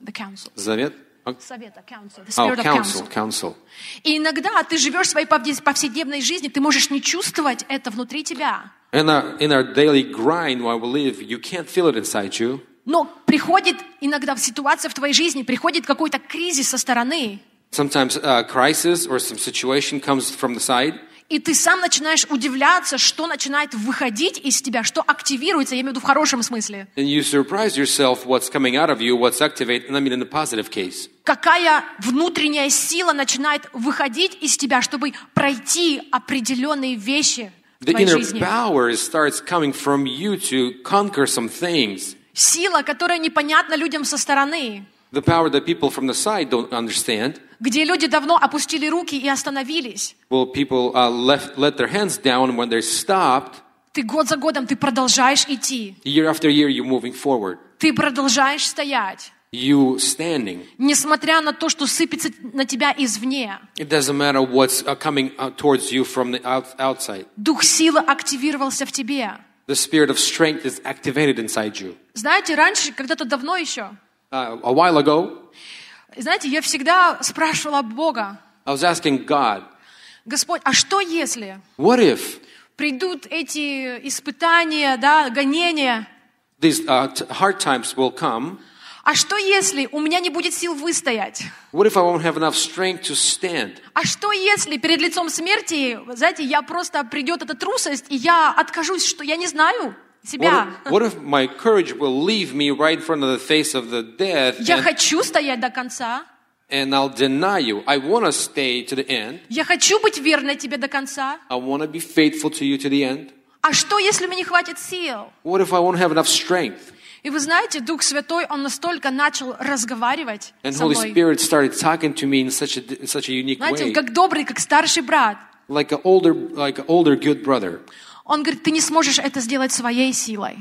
A: The counsel.
B: Завет? Oh,
A: Совета, а counsel. The
B: oh,
A: spirit of
B: counsel,
A: counsel.
B: counsel.
A: И иногда ты живешь своей повде- повседневной жизнью, ты можешь не чувствовать это внутри тебя.
B: In our, in our daily grind while we live, you can't feel it inside you,
A: Но приходит иногда в ситуация в твоей жизни, приходит какой-то кризис со стороны,
B: Sometimes a crisis or some situation comes from the side,
A: и ты сам начинаешь удивляться, что начинает выходить из тебя, что активируется, я имею в виду в хорошем смысле.
B: and you surprise yourself what's coming out of you, what's activated, and I mean in the positive case.
A: Какая внутренняя сила начинает выходить из тебя, чтобы пройти определенные вещи в
B: The
A: твоей
B: inner
A: жизни.
B: power starts coming from you to conquer some things.
A: Сила, которая непонятна людям со стороны,
B: The power that people from the side don't understand.
A: где люди давно опустили руки и остановились.
B: Well, people uh, left, let their hands down when they're stopped.
A: Ты год за годом, ты продолжаешь идти,
B: Year after year, you're moving forward.
A: ты продолжаешь стоять,
B: You standing.
A: несмотря на то, что сыпется на тебя извне.
B: It doesn't matter what's uh, coming uh, towards you from the out- outside.
A: Дух силы активировался в тебе.
B: The spirit of strength is activated inside you.
A: Знаете, раньше, когда-то давно еще,
B: Uh, a while ago,
A: знаете, я всегда спрашивала Бога,
B: I was asking God,
A: Господь, а что если
B: what if
A: придут эти испытания, да, гонения,
B: these uh, t- hard times will come?
A: а что если у меня не будет сил выстоять?
B: What if I won't have enough strength to stand?
A: А что если перед лицом смерти, знаете, я просто придет эта трусость, и я откажусь, что я не знаю? себя.
B: What, what if my courage will leave me right in front of the face of the death
A: Я
B: and,
A: хочу стоять до конца.
B: and I'll deny you? I want to stay to the end.
A: Я хочу быть верной тебе до конца.
B: I want to be faithful to you to the end.
A: А что, если мне не хватит сил?
B: What if I won't have enough strength?
A: И вы знаете, Дух Святой, Он настолько начал разговаривать
B: And
A: со
B: Holy
A: мной.
B: Spirit started talking to me in such a, in such a unique
A: Знаете,
B: way,
A: он как добрый, как старший брат.
B: like an older, like an older good brother.
A: Он говорит, ты не сможешь это сделать своей силой.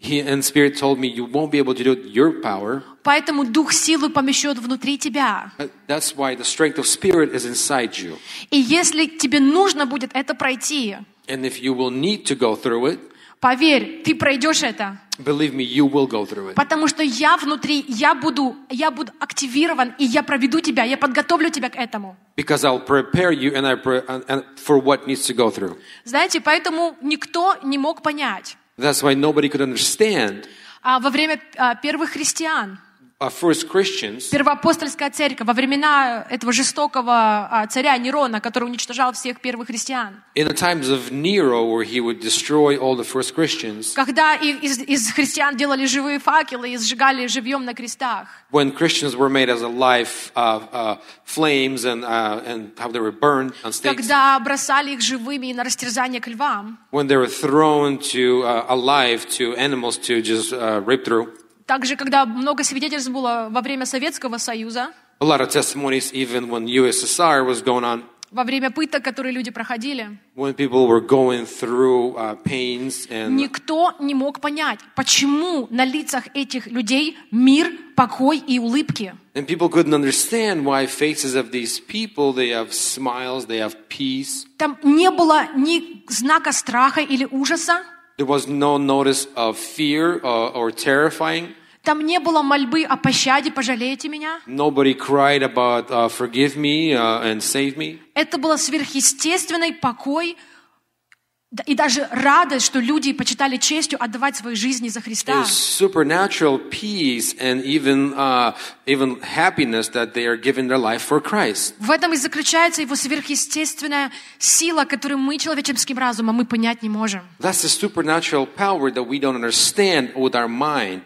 B: He and Spirit told me, "You won't be able to do it your power.
A: Поэтому Дух силы помещет внутри тебя.
B: Uh, That's why the strength of Spirit is inside you.
A: И если тебе нужно будет это пройти,
B: And if you will need to go through it,
A: поверь, ты пройдешь это.
B: believe me, you will go through it."
A: Потому что я внутри, я буду, я буду активирован, и я проведу тебя, я подготовлю тебя к этому.
B: because I'll prepare you and I pre- and, and for what needs to go through.
A: Знаете, поэтому никто не мог понять
B: That's why nobody could understand
A: а, во время а, первых христиан,
B: our first Christians,
A: первоапостольская церковь, во времена э, этого жестокого а, царя Нерона, который уничтожал всех первых христиан.
B: in the times of Nero, where he would destroy all the first Christians,
A: Когда и- из, из христиан делали живые факелы и сжигали живьем на крестах.
B: when Christians were made as a life of uh, flames and uh, and how they were burned on stakes,
A: Когда бросали их живыми на растерзание к львам.
B: when they were thrown to uh, alive to animals to just uh, rip through.
A: Также, когда много свидетельств было во время Советского Союза,
B: A lot of testimonies, even when USSR was going on,
A: во время пыток, которые люди проходили,
B: when people were going through uh, pains and
A: никто не мог понять, почему на лицах этих людей мир, покой и улыбки.
B: And people couldn't understand why faces of these people, they have smiles, they have peace.
A: Там не было ни знака страха или ужаса,
B: There was no notice of fear or, or terrifying.
A: там не было мольбы о пощаде, пожалейте меня.
B: Nobody cried about uh, forgive me uh, and save me.
A: Это было сверхъестественный покой да- и даже радость, что люди почитали честью отдавать свои жизни за
B: It
A: Христа.
B: was supernatural peace and even, uh, even happiness that they are giving their life for Christ.
A: В этом и заключается его сверхъестественная сила, которую мы человеческим разумом мы понять не можем.
B: That's the supernatural power that we don't understand with our mind.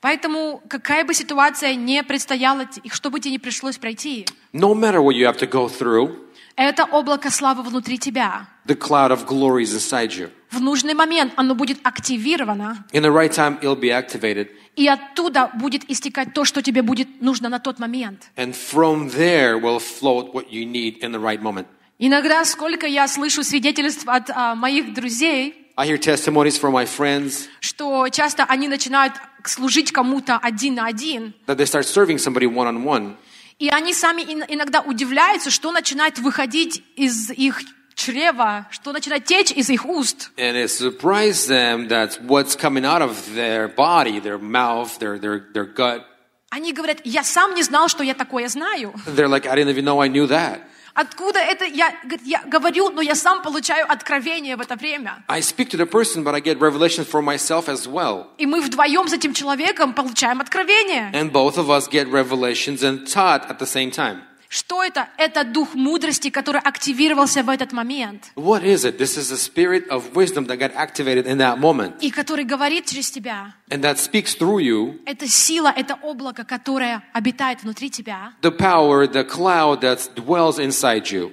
A: Поэтому какая бы ситуация не предстояла, т- и что бы тебе не пришлось пройти,
B: No matter what you have to go through,
A: это облако славы внутри тебя.
B: the cloud of glory is inside you.
A: В нужный момент оно будет активировано,
B: In the right time, it'll be activated.
A: и оттуда будет истекать то, что тебе будет нужно на тот момент.
B: And from there will float what you need in the right moment.
A: Иногда, сколько я слышу свидетельств от а, моих друзей,
B: I hear testimonies from my friends
A: что часто они начинают служить кому-то один на один,
B: that they start serving somebody one on one.
A: и они сами ин- иногда удивляются, что начинает выходить из их чрева, что начинает течь из их уст.
B: And it surprised them that what's coming out of their body, their mouth, their, their, their gut,
A: Они говорят, я сам не знал, что я такое знаю.
B: they're like, I didn't even know I knew that.
A: Откуда это? Я, говорит, я говорю, но я сам получаю откровение в это время.
B: I speak to the person, but I get revelation for myself as well.
A: И мы вдвоем с этим человеком получаем откровение.
B: And both of us get revelations and taught at the same time.
A: Что это? Это дух мудрости, который активировался в этот момент.
B: What is it? This is the spirit of wisdom that got activated in that moment.
A: И который говорит через тебя.
B: And that speaks through you
A: Это сила, это облако, которое обитает внутри тебя.
B: the power, the cloud that dwells inside you.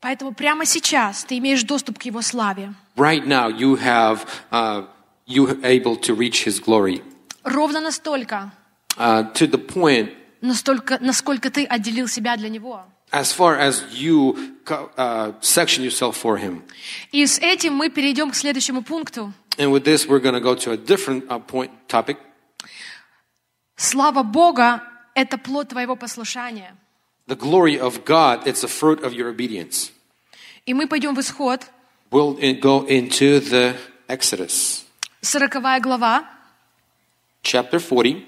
A: Поэтому прямо сейчас ты имеешь доступ к Его славе.
B: Right now, you have uh, you are able to reach His glory
A: Ровно настолько,
B: uh, to the point
A: настолько, насколько ты отделил себя для Него.
B: as far as you co- uh, section yourself for Him.
A: И с этим мы перейдем к следующему пункту.
B: And with this, we're going to go to a different uh, point topic.
A: Слава Бога — это плод твоего послушания.
B: The glory of God. It's the fruit of your obedience.
A: И мы пойдем в Исход,
B: We'll in- go into the Exodus
A: 40 глава,
B: chapter forty.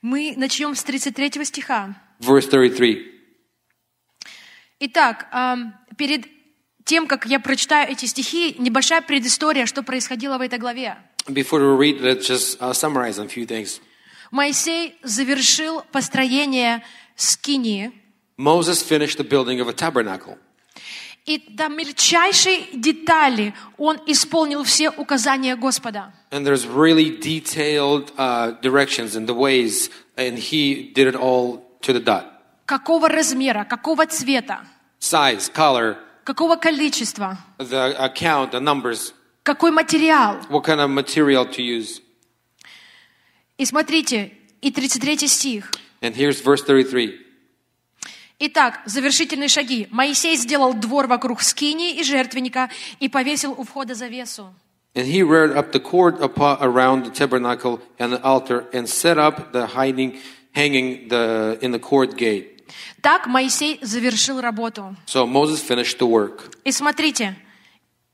A: мы начнем с 33 стиха.
B: Verse 33.
A: Итак, ам, перед тем, как я прочитаю эти стихи, небольшая предыстория, что происходило в этой главе.
B: Before we read, let's just uh, summarize a few things.
A: Моисей завершил построение скинии,
B: Moses finished the building of a tabernacle.
A: И до мельчайшей детали он исполнил все указания Господа.
B: And there's really detailed uh, directions and the ways, and he did it all to the dot.
A: Какого размера, какого цвета,
B: Size, color,
A: какого количества,
B: the account, the numbers,
A: какой материал.
B: what kind of material to use.
A: И смотрите, и 33 стих.
B: And here's verse 33.
A: Итак, завершительные шаги. Моисей сделал двор вокруг скинии и жертвенника и повесил у входа завесу.
B: And he reared up the cord upo- around the tabernacle and the altar and set up the hiding, hanging the, in the court gate.
A: Так Моисей завершил работу.
B: So Moses finished the work.
A: И смотрите,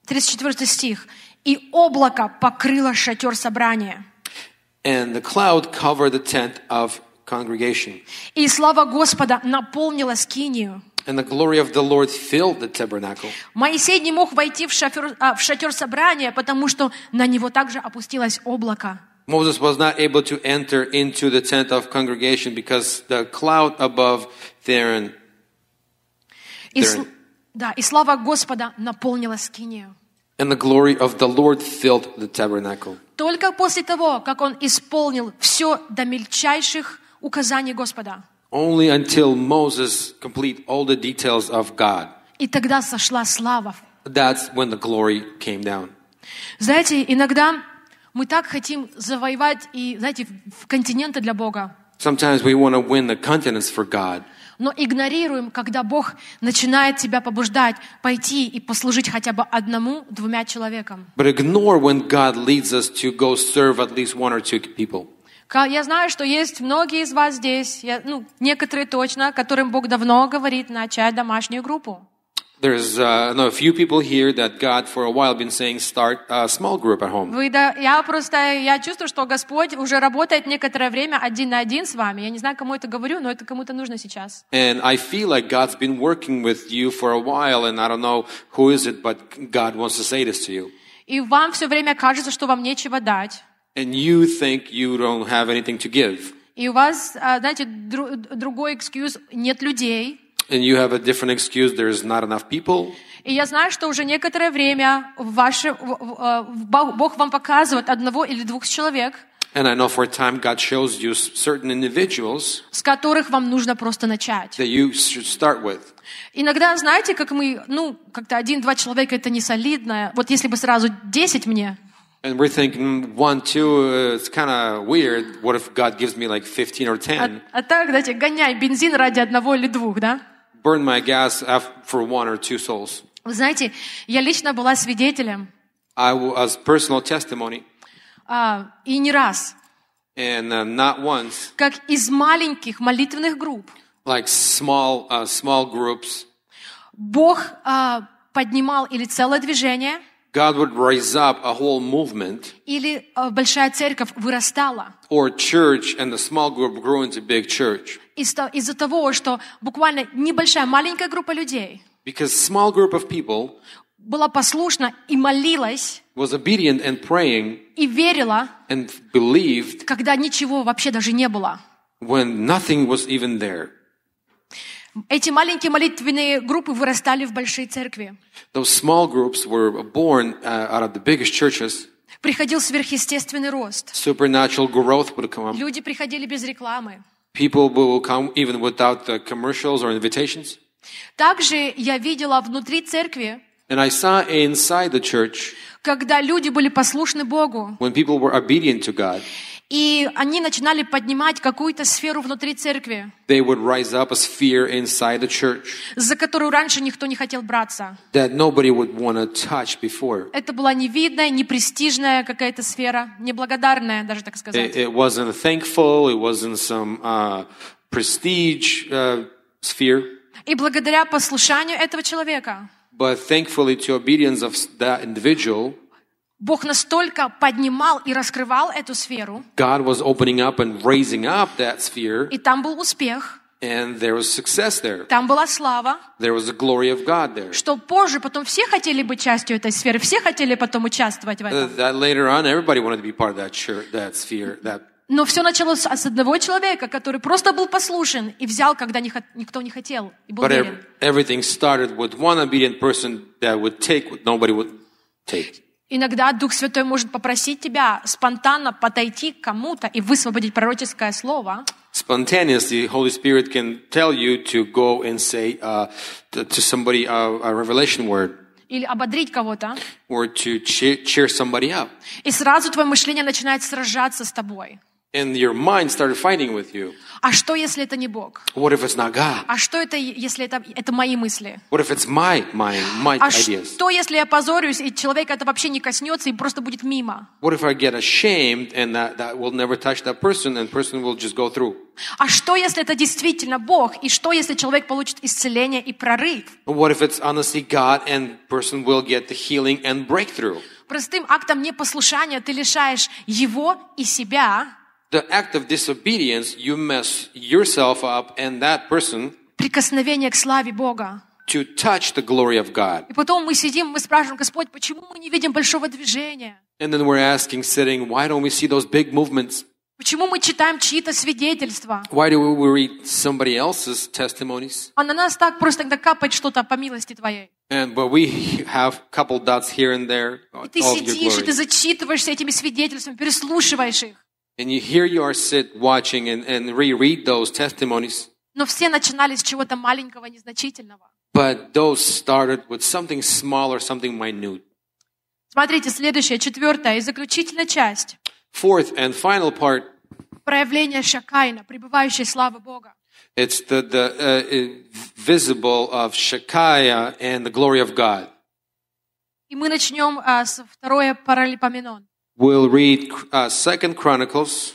A: 34 стих. «И облако покрыло шатер собрания,
B: And the cloud covered the tent of congregation.
A: и слава Господа наполнила скинию».
B: And the glory of the Lord filled the tabernacle.
A: Моисей не мог войти в, шофер- а, в шатер собрания, потому что на него также опустилось облако.
B: Moses was not able to enter into the tent of congregation because the cloud above Theron.
A: И,
B: There-
A: сл- да, и слава Господа наполнила скинию.
B: And the glory of the Lord filled the tabernacle.
A: Только после того, как он исполнил все до мельчайших указаний Господа.
B: Only until Moses complete all the details of God.
A: И тогда сошла слава.
B: That's when the glory came down.
A: Знаете, иногда мы так хотим завоевать и, знаете, в- в континенты для Бога,
B: Sometimes we want to win the continents for God,
A: но игнорируем, когда Бог начинает тебя побуждать пойти и послужить хотя бы одному-двумя человекам.
B: but ignore when God leads us to go serve at least one or two people.
A: Ка- Я знаю, что есть многие из вас здесь, я- ну, некоторые точно, которым Бог давно говорит начать домашнюю группу.
B: There's uh, I know a few people here that God for a while been saying start a small group at home.
A: Вы, да, я просто, я чувствую, что Господь уже работает некоторое время один на один с вами. Я не знаю, кому это говорю, но это кому-то нужно сейчас.
B: And I feel like God's been working with you for a while, and I don't know who is it, but God wants to say this to you.
A: И вам все время кажется, что вам нечего дать.
B: And you think you don't have anything to give,
A: И у вас, а, знаете, дру- другой экскьюз – нет людей.
B: and you have a different excuse. There's not enough people.
A: И я знаю, что уже некоторое время ваше, в- в- э, Бог Бог вам показывает одного или двух человек,
B: And I know for a time God shows you s- certain individuals
A: с которых вам нужно просто начать.
B: that you should start with.
A: Иногда, знаете, как мы, ну, как-то один-два человека – это не солидно. Вот если бы сразу 10 мне –
B: And we're thinking, one, two, uh, it's kind of weird. What if God gives me like 15 or 10?
A: А так, знаете, гоняй бензин ради одного или двух, да?
B: Burn my gas af- for one or two souls.
A: Вы знаете, я лично была свидетелем,
B: I w- as personal testimony,
A: а, и не раз,
B: and uh, not once,
A: как из маленьких молитвенных групп
B: like small, uh, small groups,
A: Бог а, поднимал или целое движение,
B: God would raise up a whole movement
A: или а, большая церковь вырастала.
B: or church, and the small group grew into big church.
A: Из- Из-за того, что буквально небольшая маленькая группа людей
B: Because small group of people
A: была послушна и молилась,
B: was obedient and praying
A: и верила,
B: and believed
A: когда ничего вообще даже не было.
B: when nothing was even there.
A: Эти маленькие молитвенные группы вырастали в большие церкви.
B: Those small groups were born uh, out of the biggest churches.
A: Приходил сверхъестественный рост.
B: Supernatural growth would come up.
A: Люди приходили без рекламы.
B: People will come even without the commercials or invitations.
A: Также я видела внутри церкви,
B: And I saw inside the church
A: когда люди были послушны Богу,
B: when people were obedient to God,
A: и они начинали поднимать какую-то сферу внутри церкви,
B: they would rise up a sphere inside the church
A: за которую раньше никто не хотел браться.
B: that nobody would want to touch before.
A: Это была невидная, непрестижная какая-то сфера, неблагодарная, даже так сказать.
B: It, it wasn't thankful, it wasn't some uh, prestige uh, sphere.
A: И благодаря послушанию этого человека
B: But thankfully, to obedience of that individual,
A: Бог настолько поднимал и раскрывал эту сферу,
B: God was opening up and raising up that sphere,
A: и там был успех,
B: and there was success there.
A: там была слава,
B: There was the glory of God there.
A: что позже потом все хотели быть частью этой сферы, все хотели потом участвовать в
B: Uh,
A: этом.
B: That later on, everybody wanted to be part of that church, that sphere, that
A: Но все началось с одного человека, который просто был послушен и взял, когда не хот- никто не хотел, и был
B: But ev-
A: верен.
B: everything started with one obedient person that would take what nobody would take.
A: Иногда Дух Святой может попросить тебя спонтанно подойти к кому-то и высвободить пророческое слово.
B: Spontaneously, Holy Spirit can tell you to go and say uh, to, to somebody uh, a revelation word
A: или ободрить кого-то,
B: or to cheer, cheer somebody up.
A: и сразу твое мышление начинает сражаться с тобой.
B: And your mind started fighting with you.
A: А что, если это не Бог?
B: What if it's not God?
A: А что это, если это, это мои мысли?
B: What if it's my mind, my
A: А
B: ideas?
A: что, если я позорюсь, и человек это вообще не коснется, и просто будет mimo?
B: What if I get ashamed and that, that will never touch that person and person will just go through?
A: А что, если это действительно Бог? И что, если человек получит исцеление и прорыв?
B: What if it's honestly God and person will get the healing and breakthrough?
A: Простым актом непослушания ты лишаешь его и себя
B: The act of disobedience, you mess yourself up and that person
A: прикосновения к славе Бога.
B: to touch the glory of God.
A: И потом мы сидим, мы спрашиваем, Господь, почему мы не видим большого движения?
B: And then we're asking, sitting, why don't we see those big movements?
A: Почему мы читаем чьи-то свидетельства?
B: Why do we read somebody else's testimonies?
A: А на нас так просто иногда капает что-то по милости твоей.
B: And but we have couple dots here and there
A: И
B: of
A: ты
B: your
A: сидишь, и ты
B: glory.
A: зачитываешься этими свидетельствами, переслушиваешь их.
B: And you here you are sit watching and, and reread those testimonies.
A: Но все начинали с чего-то маленького, незначительного.
B: But those started with something small or something minute.
A: Смотрите, следующая, четвертая и заключительная часть.
B: Fourth and final part,
A: Проявление Шакайна, пребывающей славы Бога.
B: it's the, the uh, uh, visible of Shekiah and the glory of God.
A: И мы начнем а, с второе паралипоменон.
B: We'll read uh, Second Chronicles,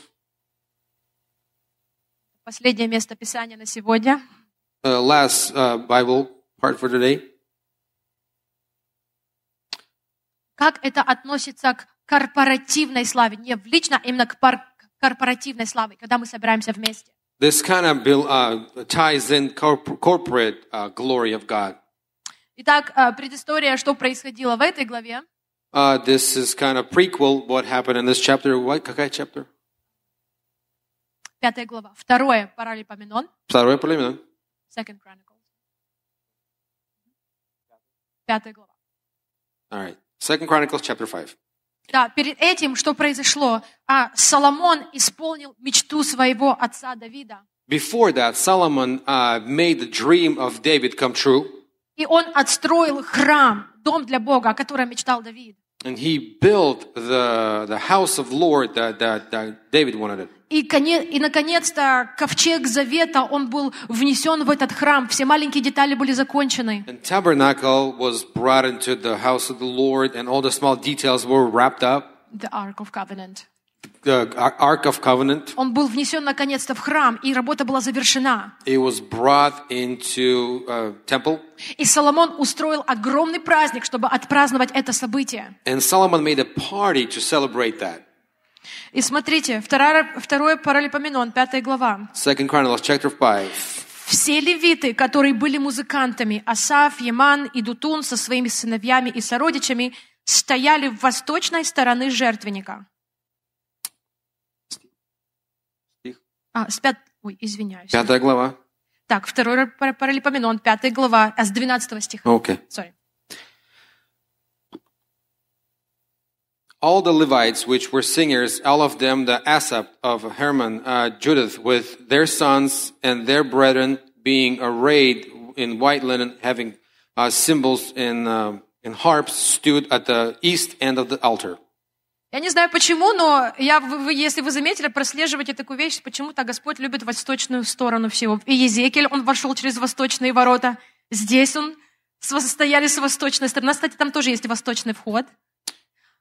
A: Последнее место Писания на сегодня.
B: the last uh, Bible part for today.
A: Как это относится к корпоративной славе? Не в лично, а именно к пар- к корпоративной славе, когда мы собираемся вместе.
B: This kind of bill, uh, ties in corp- corporate uh, glory of God.
A: Итак, а, предыстория, что происходило в этой главе.
B: Uh, this is kind of prequel what happened in this chapter. What какая chapter?
A: Пятая глава. Второе, Паралипоменон,
B: Второе племя.
A: Second Chronicles. Пятая глава.
B: All right. Second Chronicles chapter five.
A: Да, перед этим, что произошло, а, Соломон исполнил мечту своего отца Давида.
B: Before that, Solomon uh, made the dream of David come true,
A: И он отстроил храм, дом для Бога, о котором мечтал Давид.
B: and he built the the house of Lord that that, that David wanted it.
A: И, коне- и, наконец-то, ковчег завета, он был внесен в этот храм. Все маленькие детали были закончены.
B: And tabernacle was brought into the house of the Lord, and all the small details were wrapped up.
A: The Ark of Covenant.
B: The Ar- Ark of Covenant.
A: Он был внесен, наконец-то, в храм, и работа была завершена.
B: It was brought into uh, temple,
A: И Соломон устроил огромный праздник, чтобы отпраздновать это событие.
B: and Solomon made a party to celebrate that.
A: И смотрите, вторая, второе Паралипоменон, пятая глава.
B: Second Chronicles chapter five.
A: Все левиты, которые были музыкантами, Асав, Яман и Дутун со своими сыновьями и сородичами, стояли в восточной стороны жертвенника.
B: Стих.
A: А, с пят... Ой, извиняюсь.
B: Пятая глава.
A: Так, второй пар- Паралипоменон, пятая глава, а, с 12 стиха.
B: Okay.
A: Sorry.
B: All the Levites, which were singers, all of them the Asap of Hermon, uh, Judith, with their sons and their brethren, being arrayed in white linen, having uh, cymbals and, uh, and harps, stood at the east end of the altar.
A: Я не знаю почему, но я, вы- вы, если вы заметили, прослеживайте такую вещь, почему-то Господь любит восточную сторону всего. И Езекель, он вошел через восточные ворота. Здесь он с во- стояли с восточной стороны. Кстати, там тоже есть восточный вход.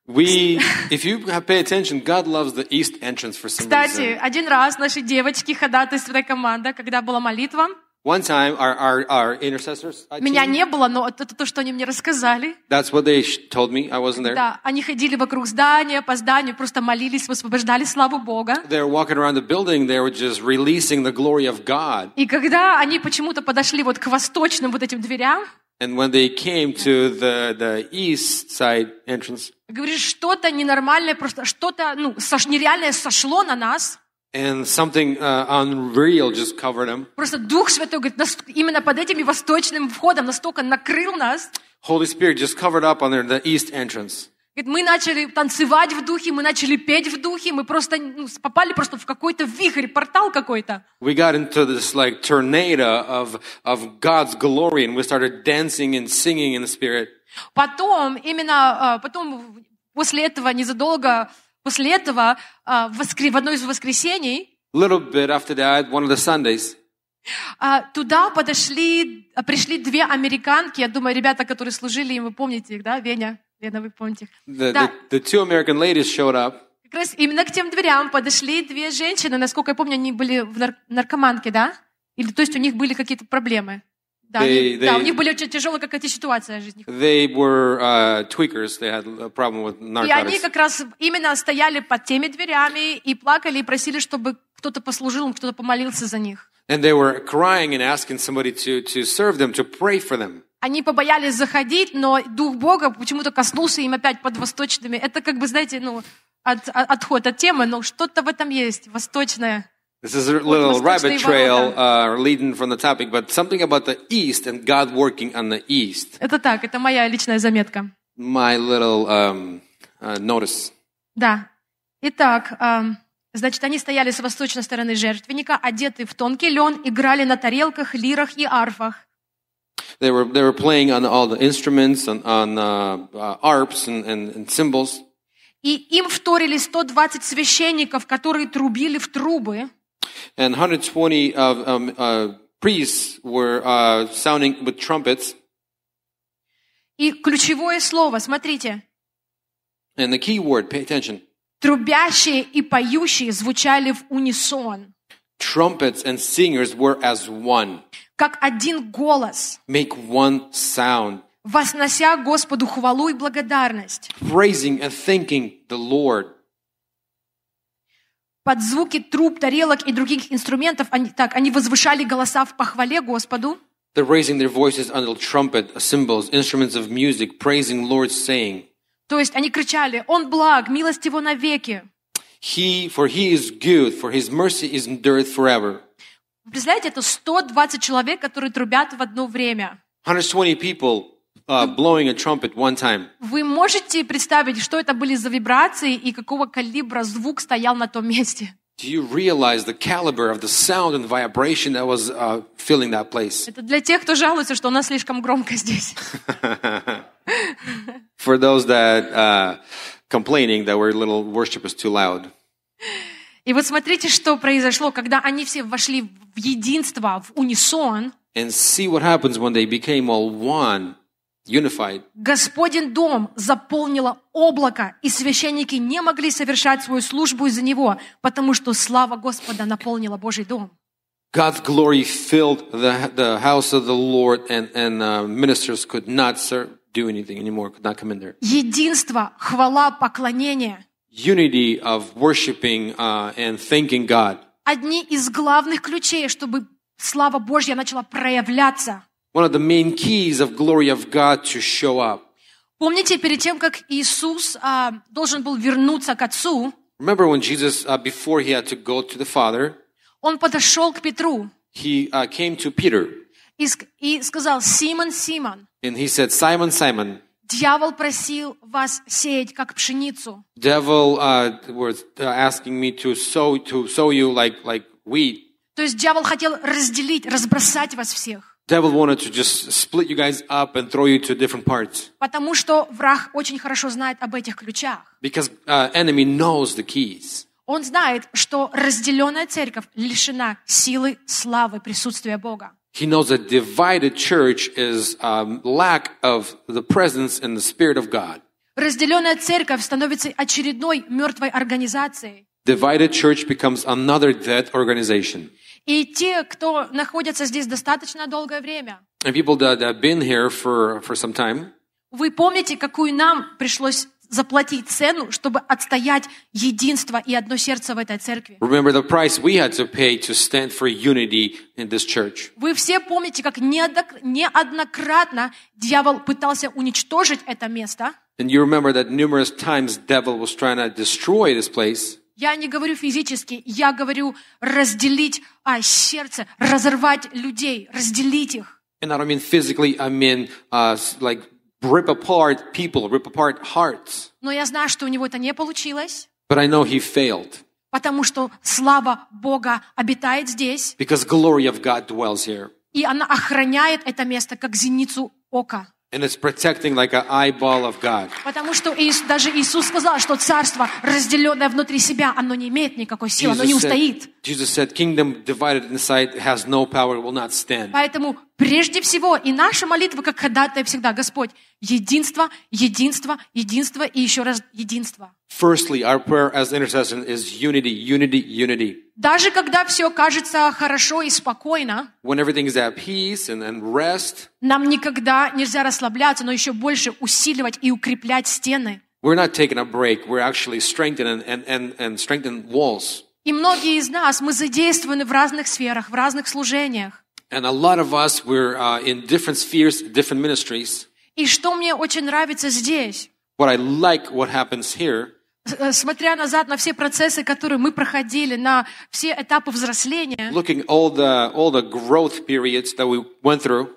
B: We, if you pay attention, God loves the east entrance for some
A: Кстати,
B: reason.
A: один раз наши девочки, ходатайственная команда, когда была молитва,
B: One time, our, our, our intercessors, uh,
A: меня
B: team,
A: не было, но это то, что они мне рассказали.
B: that's what they sh- told me. I wasn't there.
A: Да, они ходили вокруг здания, по зданию, просто молились, высвобождали славу Бога.
B: They're walking around the building, they were just releasing the glory of God.
A: И когда они почему-то подошли вот к восточным вот этим дверям,
B: And when they came to the, the east side entrance,
A: Говоришь, что-то ненормальное, просто что-то ну, сош- нереальное сошло на нас.
B: and something uh, unreal just covered him.
A: Просто Дух Святой говорит, нас- именно под этим восточным входом настолько накрыл нас.
B: Holy Spirit just covered up under the east entrance.
A: Говорит, мы начали танцевать в духе, мы начали петь в духе, мы просто ну, с- попали просто в какой-то вихрь, портал какой-то.
B: We got into this like tornado of of God's glory, and we started dancing and singing in the Spirit.
A: Потом, именно а, потом, в- после этого, незадолго после этого, а, в воскре- в одно из воскресений,
B: little bit after that, one of the Sundays,
A: а, туда подошли, а, пришли две американки, я думаю, ребята, которые служили им, вы помните их, да, Веня? Лена, вы помните их.
B: the,
A: Да.
B: the, the two American ladies showed up.
A: Как раз именно к тем дверям подошли две женщины, насколько я помню, они были в нар- наркоманке, да? Или, то есть у них были какие-то проблемы? Да,
B: They-
A: они- да,
B: they-
A: у них были очень тяжелая какая-то ситуация в жизни.
B: They were uh, tweakers. They had a problem with
A: И они
B: narcotics.
A: как раз именно стояли под теми дверями и плакали, и просили, чтобы кто-то послужил им, кто-то помолился за них.
B: And they were crying and asking somebody to, to serve them, to pray for them.
A: Они побоялись заходить, но Дух Бога почему-то коснулся им опять под восточными. Это как бы, знаете, ну, от- от- отход от темы, но что-то в этом есть, восточное.
B: This is a little
A: восточные
B: rabbit trail
A: ворота.
B: uh, leading from the topic, but something about the East and God working on the East.
A: Это так, это моя личная заметка.
B: My little um, uh, notice.
A: Да. Итак, ам, значит, они стояли с восточной стороны жертвенника, одеты в тонкий лен, играли на тарелках, лирах и арфах.
B: They were, they were playing on all the instruments, on, on uh, uh, arps and, and, and cymbals.
A: И им вторили 120 священников, которые трубили в трубы.
B: and 120 of um, uh, priests were uh, sounding with trumpets.
A: И ключевое слово, смотрите,
B: And the key word, pay attention,
A: трубящие и поющие звучали в унисон,
B: trumpets and singers were as one,
A: как один голос,
B: make one sound,
A: вознося Господу хвалу и благодарность.
B: praising and thanking the Lord.
A: Под звуки труб, тарелок и других инструментов они, так, они возвышали голоса в похвале Господу,
B: They're raising their voices until trumpet, uh, cymbals, instruments of music, praising Lord, saying,
A: То есть они кричали, «Он благ, милость его навеки».
B: He, for He is good, for His mercy is endureth forever.
A: Вы Представляете, это 120 человек, которые трубят в одно время.
B: 120 people uh, blowing a trumpet one time.
A: Вы можете представить, что это были за вибрации и какого калибра звук стоял на том месте?
B: Do you realize the caliber of the sound and vibration that was uh, filling that place?
A: Это для тех, кто жалуется, что у нас слишком громко здесь.
B: For those that uh, complaining that our little worship is too loud.
A: И вот смотрите, что произошло, когда они все вошли в единство, в унисон.
B: And see what happens when they became all one, unified.
A: Господень дом заполнило облако, и священники не могли совершать свою службу из-за него, потому что слава Господа наполнила Божий дом.
B: God's glory filled the, the house of the Lord, and, and uh, ministers could not serve, do anything anymore, could not come in there.
A: единство, хвала, поклонение –
B: Unity of worshiping uh, and thanking God.
A: одни из главных ключей, чтобы слава Божья начала проявляться.
B: One of the main keys of glory of God to show up.
A: Помните, перед тем, как Иисус а, должен был вернуться к Отцу,
B: Remember when Jesus, uh, before he had to go to the Father,
A: Он подошел к Петру
B: he uh, came to Peter
A: и, ск- и сказал, «Симон, Симон,
B: and he said, Simon, Simon,
A: дьявол просил вас сеять, как пшеницу,
B: devil uh, was uh, asking me to sow, to sow you like, like wheat.
A: То есть дьявол хотел разделить, разбросать вас всех,
B: Devil wanted to just split you guys up and throw you to different parts
A: потому что враг очень хорошо знает об этих ключах.
B: because uh, enemy knows the keys.
A: Он знает, что разделенная церковь лишена силы, славы, присутствия Бога.
B: He knows that divided church is um, lack of the presence and the spirit of God.
A: Разделенная церковь становится очередной мертвой организацией.
B: Divided church becomes another dead organization.
A: И те, кто находятся здесь достаточно долгое время,
B: And people that have been here for, for some time,
A: вы помните, какую нам пришлось заплатить цену, чтобы отстоять единство и одно сердце в этой церкви?
B: Remember the price we had to pay to stand for unity in this church.
A: Вы все помните, как неодок- неоднократно дьявол пытался уничтожить это место,
B: And you remember that numerous times devil was trying to destroy this place,
A: Я не говорю физически, я говорю разделить а, сердце, разорвать людей, разделить их.
B: And I don't mean physically, I mean uh, s- like rip apart people, rip apart hearts.
A: Но я знаю, что у него это не получилось,
B: But I know he failed
A: потому что слава Бога обитает здесь,
B: because glory of God dwells here.
A: и она охраняет это место, как зеницу ока.
B: And it's protecting like an eyeball of God.
A: Потому что Иис- даже Иисус сказал, что царство, разделенное внутри себя, оно не имеет никакой силы, оно не устоит.
B: said, Jesus said, Kingdom divided inside has no power, will not stand.
A: Поэтому прежде всего и наша молитва, как ходатай всегда, Господь, единство, единство, единство и еще раз единство.
B: Firstly, our prayer as intercession is unity, unity, unity.
A: Даже когда все кажется хорошо и спокойно,
B: When everything is at peace and, and rest,
A: нам никогда нельзя расслабляться, но еще больше усиливать и укреплять стены.
B: we're not taking a break. We're actually strengthening and, and, and strengthening walls.
A: И многие из нас, мы задействованы в разных сферах, в разных служениях.
B: And a lot of us, we're uh, in different spheres, different ministries.
A: И что мне очень nравится здесь,
B: What I like, what happens here,
A: с- э, смотря назад на все процессы, которые мы проходили, на все этапы взросления,
B: looking all the all the growth periods that we went through,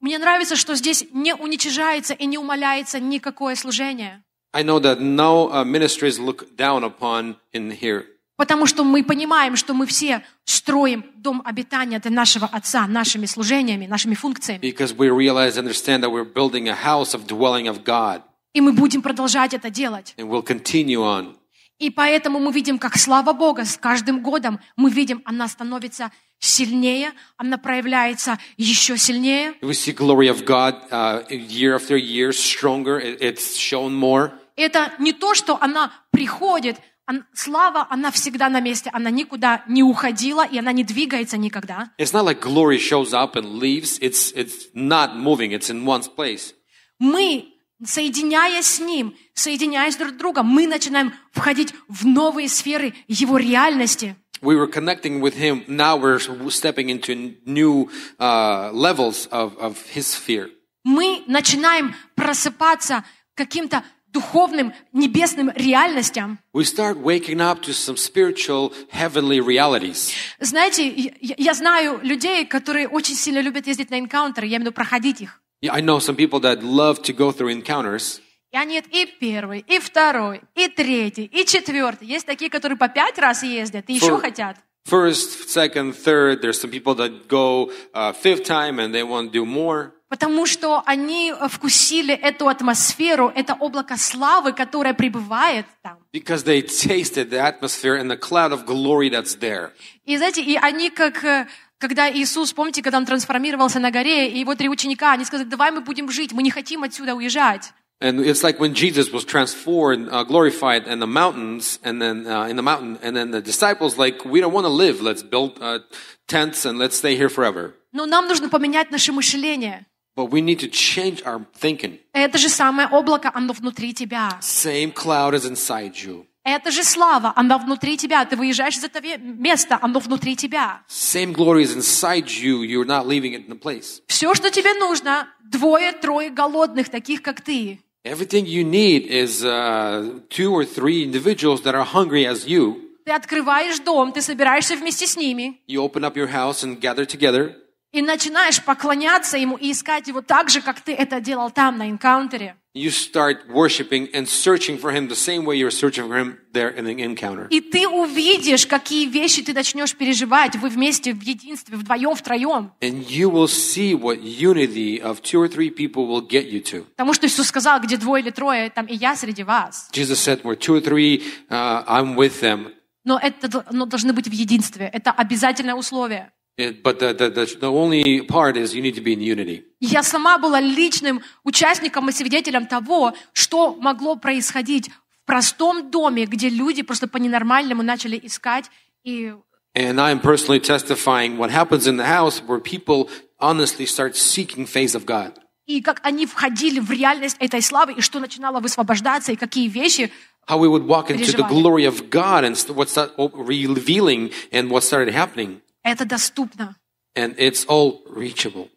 A: мне нравится, что здесь не уничижается и не умаляется никакое служение.
B: I know that no uh, ministry is looked down upon in here
A: Потому что мы понимаем, что мы все строим дом обитания для нашего Отца нашими служениями, нашими функциями.
B: because we realize, understand that we're building a house of dwelling of God,
A: И мы будем продолжать это делать.
B: and we'll continue on.
A: И поэтому мы видим, как слава Бога с каждым годом, мы видим, она становится сильнее, она проявляется еще сильнее.
B: We see glory of God uh, year after year, stronger. It, it's shown more.
A: Это не то, что она приходит. Он- Слава, она всегда на месте. Она никуда не уходила, и она не двигается никогда.
B: It's not like glory shows up and leaves. It's it's not moving. It's in one place.
A: Мы, соединяясь с Ним, соединяясь друг с другом, мы начинаем входить в новые сферы Его реальности.
B: We were connecting with Him. Now we're stepping into new uh, levels of of His sphere.
A: Мы начинаем просыпаться к каким-то духовным, небесным реальностям.
B: We start waking up to some spiritual, heavenly realities.
A: Знаете, я- я я знаю людей, которые очень сильно любят ездить на энкаунтеры, я имею в виду проходить их.
B: Yeah, I know some people that love to go through encounters.
A: И они это и первый, и второй, и третий, и четвертый. Есть такие, которые по пять раз ездят и еще
B: Фу.
A: хотят.
B: First, second, third. There's some people that go uh, fifth time and they want to do more.
A: Потому что они э, вкусили эту атмосферу, это облако славы, которое пребывает там.
B: Because they tasted the atmosphere and the cloud of glory that's there.
A: И знаете, и они как... э, Когда Иисус, помните, когда Он трансформировался на горе, и его три ученика, они сказали, давай мы будем жить, мы не хотим отсюда уезжать.
B: And it's like when Jesus was transformed, uh, glorified in the mountains, and then uh, in the mountain, and then the disciples like, we don't want to live. Let's build uh, tents and let's stay here forever.
A: Но нам нужно поменять наше мышление.
B: But we need to change our thinking.
A: Это же самое облако, оно внутри тебя.
B: Same cloud is inside you.
A: Это же слава, она внутри тебя. Ты выезжаешь из этого места, оно внутри тебя.
B: Same glory is inside you. You're not leaving it in the place.
A: Все, что тебе нужно, двое-трое голодных, таких как ты.
B: Everything you need is uh, two or three individuals that are hungry as you.
A: Ты открываешь дом, ты собираешься вместе с ними
B: You open up your house and gather together.
A: и начинаешь поклоняться ему и искать его так же, как ты это делал там, на энкаунтере.
B: You start worshiping and searching for him the same way you're searching for him there in the encounter.
A: И ты увидишь, какие вещи ты начнешь переживать. Вы вместе, в единстве, вдвоем, втроем.
B: And you will see what unity of two or three people will get you to.
A: Потому что Иисус сказал, где двое или трое, там и я среди вас.
B: Jesus said, Where two or three, uh, I'm with them.
A: Но это дол- но должны быть в единстве. Это обязательное условие.
B: It- but the, the, the, the only part is you need to be in unity.
A: Я сама была личным участником и свидетелем того, что могло происходить в простом доме, где люди просто по-ненормальному начали искать. И
B: And I am personally testifying what happens in the house where people honestly start seeking face of God.
A: и как они входили в реальность этой славы, и что начинало высвобождаться, и какие вещи.
B: How we would walk into the
A: Переживали.
B: glory of God and st- what's that o- revealing and what started happening.
A: Это доступно.
B: And it's all reachable.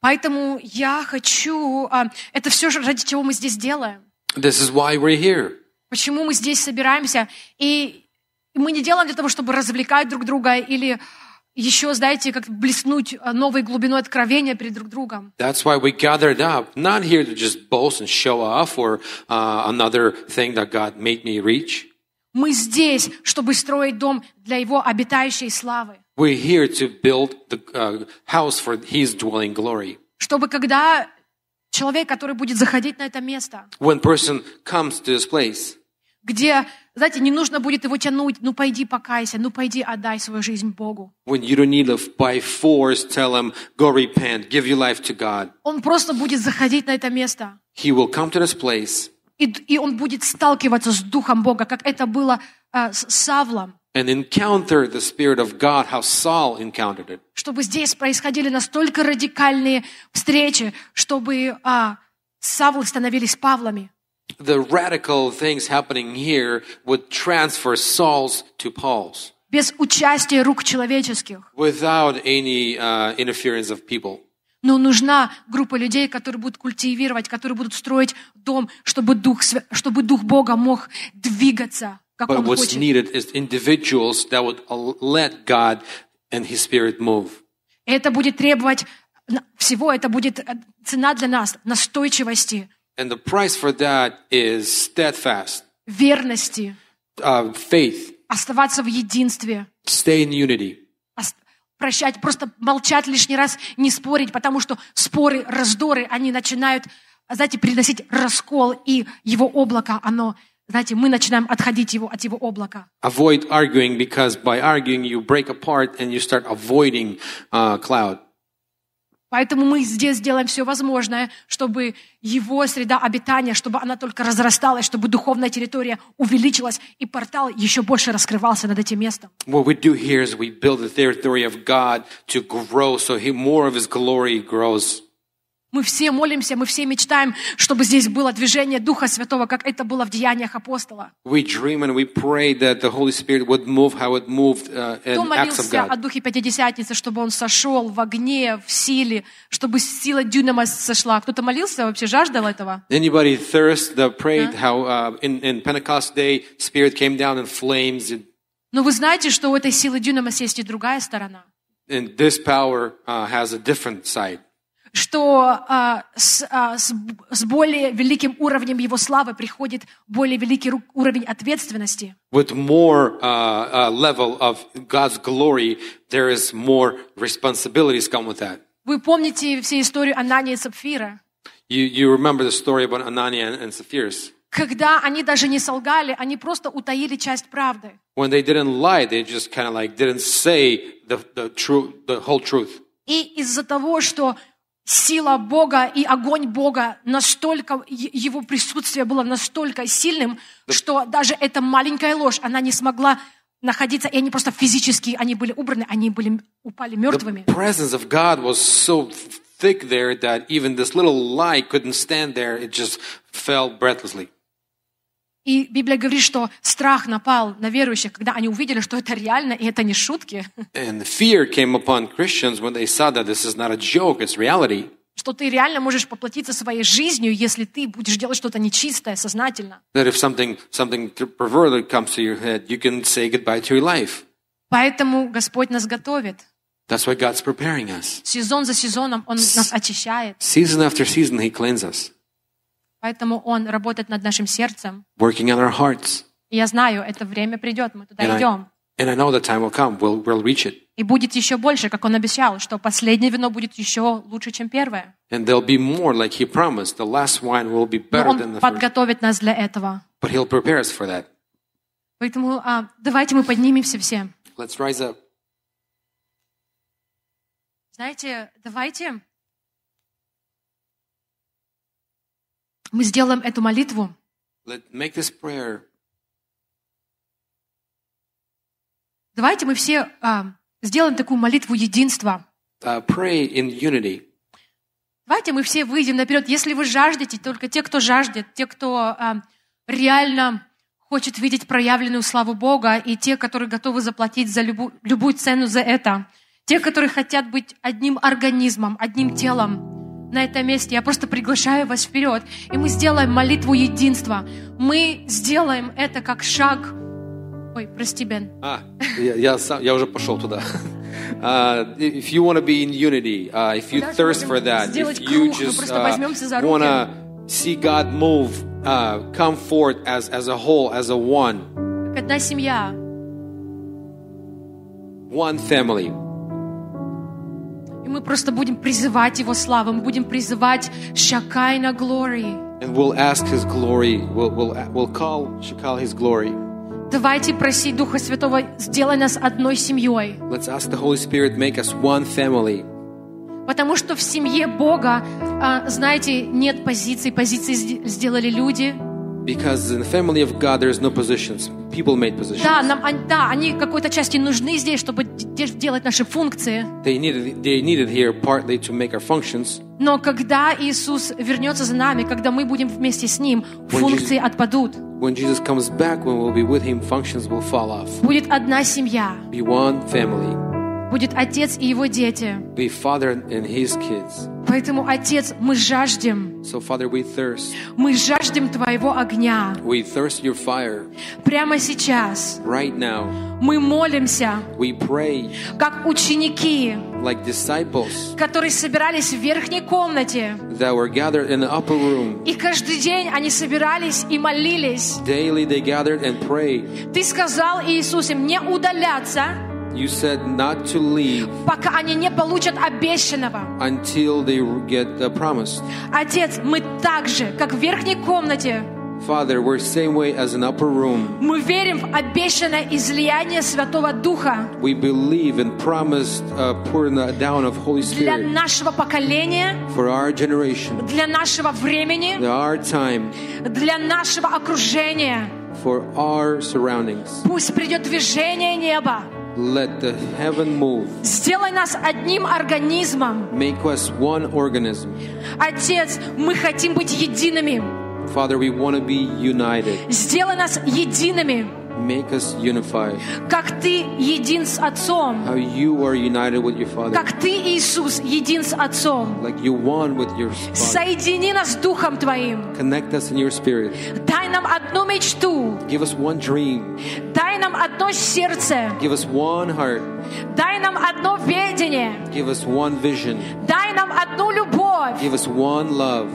A: Поэтому я хочу... а, Это все, ради чего мы здесь делаем.
B: This is why we're here.
A: Почему мы здесь собираемся? И мы не делаем для того, чтобы развлекать друг друга или еще, знаете, как блеснуть э, новой глубиной откровения перед друг другом.
B: That's why we gathered up, not here to just boast and show off or uh, another thing that God made me reach.
A: Мы здесь, чтобы строить дом для Его обитающей славы.
B: We're here to build the uh, house for His dwelling glory.
A: Чтобы когда человек, который будет заходить на это место,
B: When person comes to this place,
A: где, знаете, не нужно будет его тянуть, ну пойди покайся, ну пойди отдай свою жизнь Богу.
B: when you don't need to by force tell him, go repent, give your life to God,
A: Он просто будет заходить на это место,
B: he will come to this place
A: и, и он будет сталкиваться с Духом Бога, как это было э, с Савлом,
B: and encounter the Spirit of God, how Saul encountered it.
A: чтобы здесь происходили настолько радикальные встречи, чтобы а, Савлы становились Павлами.
B: The radical things happening here would transfer Saul's to Paul's
A: без участия рук человеческих.
B: without any uh, interference of people.
A: Но нужна группа людей, которые будут культивировать, которые будут строить дом, чтобы Дух, Свя- чтобы Дух Бога мог двигаться, как
B: But
A: Он
B: what's
A: хочет.
B: needed is individuals that would al- let God and His Spirit move.
A: И Это будет требовать на- всего, это будет э, цена для нас, настойчивости,
B: And the price for that is steadfast,
A: верности,
B: uh, faith,
A: оставаться в единстве,
B: stay in unity.
A: ос- прощать, просто молчать лишний раз, не спорить, потому что споры, раздоры, они начинают, знаете, приносить раскол, и его облако, оно, знаете, мы начинаем отходить его, от его облака.
B: Avoid arguing because by arguing you break apart and you start avoiding uh, cloud.
A: Поэтому мы здесь делаем все возможное, чтобы его среда обитания, чтобы она только разрасталась, чтобы духовная территория увеличилась, и портал еще больше раскрывался над этим местом.
B: What we do here is we build the territory of God to grow so he, more of His glory grows.
A: Мы все молимся, мы все мечтаем, чтобы здесь было движение Духа Святого, как это было в деяниях апостола.
B: We dream and we pray that the Holy Spirit would move how it moved uh,
A: Кто
B: in Acts of
A: молился о
B: God.
A: Духе Пятидесятницы, чтобы он сошел в огне, в силе, чтобы сила дюнамо сошла? Кто-то молился вообще, жаждал этого?
B: Anybody thirst that prayed how uh, in, in Pentecost day Spirit came down in flames and,
A: Но вы знаете, что у этой силы дюнамо есть и другая сторона.
B: and this power uh, has a different side.
A: Что а, с, а, с б- с более великим уровнем его славы приходит более великий ру- уровень ответственности.
B: With more uh, uh, level of God's glory, there is more responsibilities come with that.
A: Вы помните всю историю Анании и Сапфира?
B: You, you remember the story about Anania and, and Sapphira.
A: Когда они даже не солгали, они просто утаили часть правды.
B: When they didn't lie, they just kind of like didn't say the, the, true, the whole truth.
A: И из-за того, что сила Бога и огонь Бога настолько, е- его присутствие было настолько сильным, что даже эта маленькая ложь, она не смогла находиться, и они просто физически, они были убраны, они были, м- упали мертвыми.
B: The presence of God was so thick there that even this little lie couldn't stand there. It just fell breathlessly.
A: И Библия говорит, что страх напал на верующих, когда они увидели, что это реально, и это не шутки,
B: And fear came upon Christians when they saw that this is not a joke, it's reality.
A: что ты реально можешь поплатиться своей жизнью, если ты будешь делать что-то нечистое, сознательно.
B: That if something, something perverted comes to your head, you can say goodbye to your life.
A: Поэтому Господь нас готовит.
B: That's why God's preparing us.
A: Сезон за сезоном Он нас очищает.
B: Season after season, He cleans us,
A: Поэтому Он работает над нашим сердцем.
B: working on our hearts.
A: И я знаю, это время придет, мы туда
B: And I,
A: идем.
B: and I know the time will come. We'll, we'll reach it.
A: И будет еще больше, как Он обещал, что последнее вино будет еще лучше, чем первое.
B: And there'll be more like He promised. The last wine will be
A: Но
B: better than
A: он
B: the first.
A: подготовит нас для этого.
B: But He'll prepare us for that.
A: Поэтому а, давайте мы поднимемся все.
B: Let's rise up.
A: Знаете, давайте мы сделаем эту молитву.
B: Let make this prayer.
A: Давайте мы все а, сделаем такую молитву единства.
B: Uh, pray in unity.
A: Давайте мы все выйдем наперед. Если вы жаждете, только те, кто жаждет, те, кто а, реально хочет видеть проявленную славу Бога, и те, которые готовы заплатить за любу- любую цену за это, те, которые хотят быть одним организмом, одним телом, на этом месте. Я просто приглашаю вас вперед. И мы сделаем молитву единства. Мы сделаем это как шаг. Ой, прости, Бен.
B: А, я, я, сам, я уже пошел туда. Uh, if you want to be in unity, uh, if you
A: Даже
B: thirst
A: можем
B: for that,
A: сделать
B: if you
A: круг, мы
B: just
A: просто возьмемся за руки.
B: want to see God move, uh, come forth as, as a whole, as a one,
A: Как одна семья.
B: one family.
A: И мы просто будем призывать Его славу. Мы будем призывать Шакайна Glory.
B: And we'll ask His glory, we'll, we'll, we'll call, call His glory.
A: Давайте просить Духа Святого, сделай нас одной семьей.
B: Let's ask the Holy Spirit, make us one family.
A: Потому что в семье Бога, а, знаете, нет позиций. Позиции сде- сделали люди.
B: Because in the family of God, there's no positions. People made
A: Да,
B: positions.
A: нам, он- да, они какой-то части нужны здесь, чтобы де- делать наши функции.
B: They needed, they needed here partly to make our functions.
A: Но когда Иисус вернется за нами, когда мы будем вместе с Ним, функции отпадут.
B: When Jesus comes back, when we'll be with Him, functions will fall off.
A: Будет одна семья,
B: Be one family.
A: будет Отец и Его дети.
B: Be Father and His kids.
A: Поэтому, Отец, мы жаждем,
B: So, Father, we thirst.
A: мы жаждем Твоего огня.
B: We thirst your fire
A: Прямо сейчас
B: right now.
A: мы молимся,
B: We pray
A: как ученики,
B: like disciples
A: которые собирались в верхней комнате.
B: that were gathered in the upper room.
A: И каждый день они собирались и молились.
B: Daily they gathered and prayed.
A: Ты сказал Иисусе, не удаляться,
B: You said not to leave
A: пока они не получат обещанного.
B: until they get the promise.
A: Отец, мы так же, как в верхней комнate,
B: Father, we're same way as an upper room.
A: мы верим в обещанное излияние Святого Духа
B: We believe in promised uh, pouring down of Holy
A: для
B: Spirit
A: нашего поколения,
B: for our generation,
A: для нашего времени,
B: our time,
A: для нашего окружения.
B: for our surroundings.
A: Пусть придет движение неба.
B: Let the heaven move.
A: Сделай нас одним организмом.
B: Make us one organism.
A: Отец, мы хотим быть едиными.
B: Father, we want to be united.
A: Сделай нас едиными,
B: Make us unified.
A: как Ты един с Отцом,
B: How you are united with your Father.
A: как Ты, Иисус, един с Отцом.
B: Like you one with your Father.
A: Соедини нас с Духом Твоим.
B: Connect us in your spirit.
A: Дай нам одну мечту.
B: Give us one dream.
A: Дай нам одно сердце.
B: Give us one heart.
A: Дай нам одно ведение.
B: Give us one vision.
A: Дай нам одну любовь.
B: Give us one love.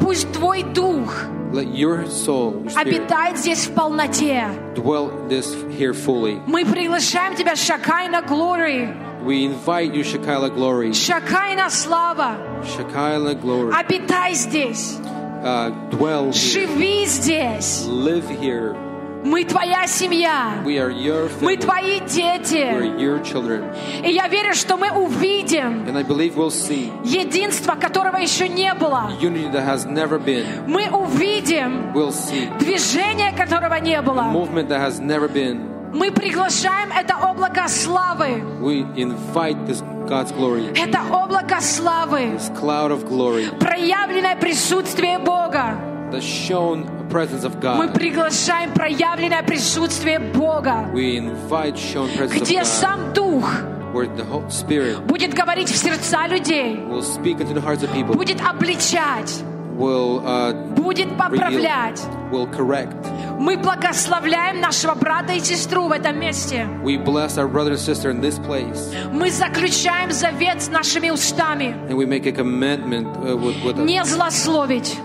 A: Пусть Твой Дух
B: Let your soul, your spirit,
A: обитает здесь в полноте.
B: dwell this here fully.
A: Мы приглашаем Тебя, Шакайна Глори,
B: We invite you, Shekinah glory.
A: Шакайна Слава.
B: Shekinah glory.
A: Обитай здесь.
B: Uh, dwell here.
A: Живи здесь.
B: Live here.
A: Мы Твоя семья.
B: We are your
A: Мы
B: family.
A: Твои дети.
B: We're your children.
A: И я верю, что мы увидим
B: And I believe we'll see
A: единство, которого еще не было.
B: unity that has never been.
A: Мы увидим
B: We'll see
A: движение которого не было.
B: movement that has never been.
A: Мы приглашаем это облако славы.
B: We invite this God's glory,
A: Это облако славы.
B: this cloud of glory,
A: Проявленное присутствие Бога.
B: the shown presence of
A: Мы
B: God.
A: приглашаем проявленное присутствие Бога.
B: We invite shown presence
A: Где
B: of
A: сам Дух
B: God, where the Holy Spirit
A: будет говорить в сердца людей.
B: will speak into the hearts of people,
A: Будет обличать.
B: will uh,
A: Будет поправлять.
B: reveal, will correct.
A: Мы благословляем нашего брата и сестру в этом месте.
B: We bless our brother and sister in this place,
A: Мы заключаем завет с нашими устами.
B: and we make a commitment uh, with, with
A: Не злословить,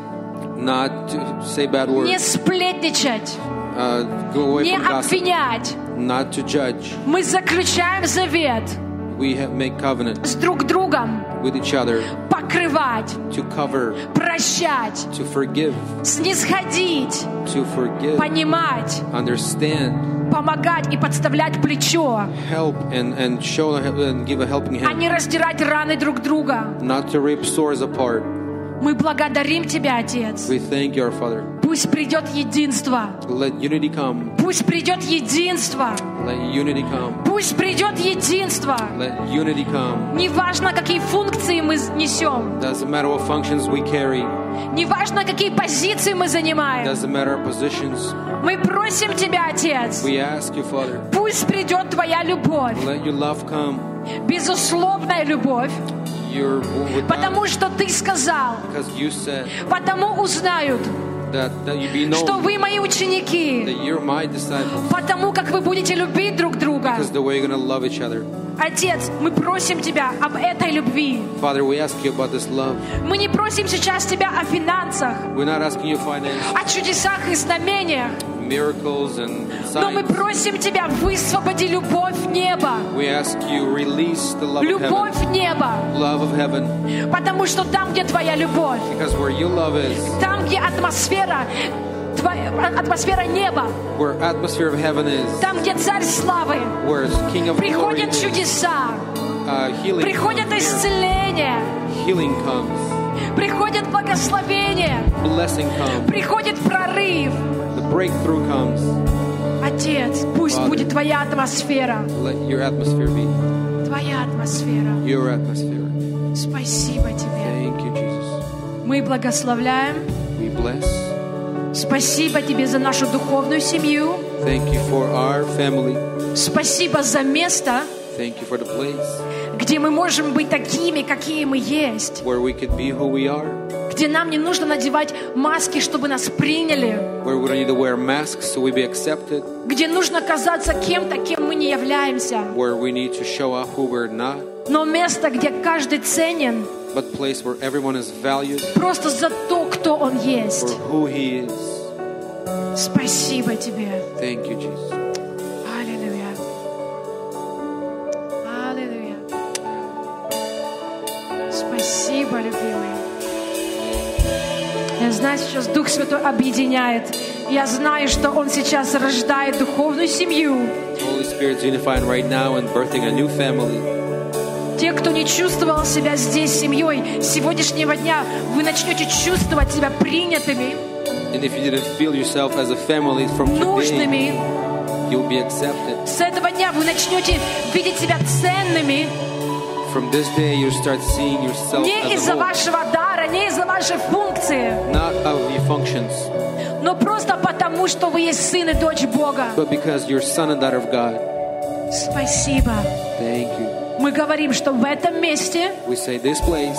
B: not to say bad
A: не
B: words,
A: сплетничать,
B: uh, go away
A: не
B: from gossip,
A: обвинять.
B: not to judge.
A: Мы заключаем завет
B: We have make covenant
A: с друг другом
B: with each other
A: покрывать,
B: to cover,
A: прощать,
B: to forgive,
A: снисходить,
B: to forgive,
A: понимать,
B: understand,
A: помогать и подставлять плечо,
B: help, and and show and give a helping
A: а
B: hand,
A: не раздирать раны друг друга.
B: not to rip sores apart.
A: Мы благодарим Тебя, Отец.
B: We thank you, our Father.
A: Пусть придет единство.
B: Let unity come.
A: Пусть придет единство.
B: Let unity come.
A: Пусть придет единство.
B: Let unity come.
A: Неважно, какие функции мы несем.
B: Doesn't matter what functions we carry.
A: Неважно, какие позиции мы занимаем.
B: Doesn't matter our positions.
A: Мы просим Тебя, Отец.
B: We ask you, Father.
A: Пусть придет Твоя любовь.
B: Let your love come.
A: безусловная любовь,
B: you're born with
A: Потому что ты сказал,
B: because you said
A: потому узнают,
B: that, that you be known,
A: что вы мои ученики,
B: that you're my disciple,
A: потому как вы будете любить друг друга.
B: because the way you're going to love each other.
A: Отец, мы просим Тебя об этой любви.
B: Father, we ask you about this love.
A: Мы не просим сейчас Тебя о финансах,
B: We're not asking you finance,
A: о чудесах и знамениях,
B: miracles, and
A: но мы
B: signs.
A: просим Тебя, высвободи любовь неба.
B: We ask you release the love of heaven,
A: Любовь неба,
B: love of heaven,
A: потому что там, где Твоя любовь,
B: because where your love is,
A: там, где атмосфера, Твоя- атмосфера неба,
B: where atmosphere of heaven is,
A: там, где Царь славы,
B: where King of glory
A: приходят
B: is,
A: чудеса,
B: uh, healing,
A: приходят
B: comes,
A: исцеления,
B: healing comes,
A: приходят благословения,
B: blessing comes,
A: приходит прорыв.
B: the breakthrough comes.
A: Отец, пусть
B: Father.
A: будет Твоя атмосфера,
B: Let your atmosphere be
A: Твоя атмосфера.
B: your atmosphere.
A: Спасибо Тебе.
B: Thank you, Jesus.
A: Мы благословляем.
B: We bless.
A: Спасибо Тебе за нашу духовную семью.
B: Thank you for our family.
A: Спасибо за место,
B: Thank you for the place
A: где мы можем быть такими, какие мы есть.
B: where we could be who we are,
A: Где нам не нужно надевать маски, чтобы нас приняли.
B: where we don't need to wear masks so we be accepted,
A: Где нужно казаться кем-то, кем мы не являемся.
B: where we need to show up who we're not.
A: Но место, где каждый ценен
B: but place where everyone is valued
A: просто за то, кто он
B: for
A: есть.
B: who he is.
A: Спасибо Тебе.
B: Thank you, Jesus.
A: Аллилуйя. Аллилуйя. Спасибо, любимый. Я знаю, сейчас Дух Святой объединяет. Я знаю, что Он сейчас рождает духовную семью.
B: Holy Spirit's unifying right now and birthing a new family.
A: Те, кто не чувствовал себя здесь семьей, с сегодняшнего дня вы начнете чувствовать себя принятыми,
B: And if you didn't feel yourself as a family from today,
A: нужными.
B: you'll be accepted.
A: С этого дня вы начнете видеть себя ценными
B: From this day, you start seeing yourself
A: не
B: as
A: из-за
B: a whole,
A: вашего дара, не из-за вашей функции,
B: not of your functions,
A: но просто потому, что вы есть сын и дочь Бога.
B: but because you're son and daughter of God.
A: Спасибо.
B: Thank you.
A: Мы говорим, что в этом месте
B: We say this place,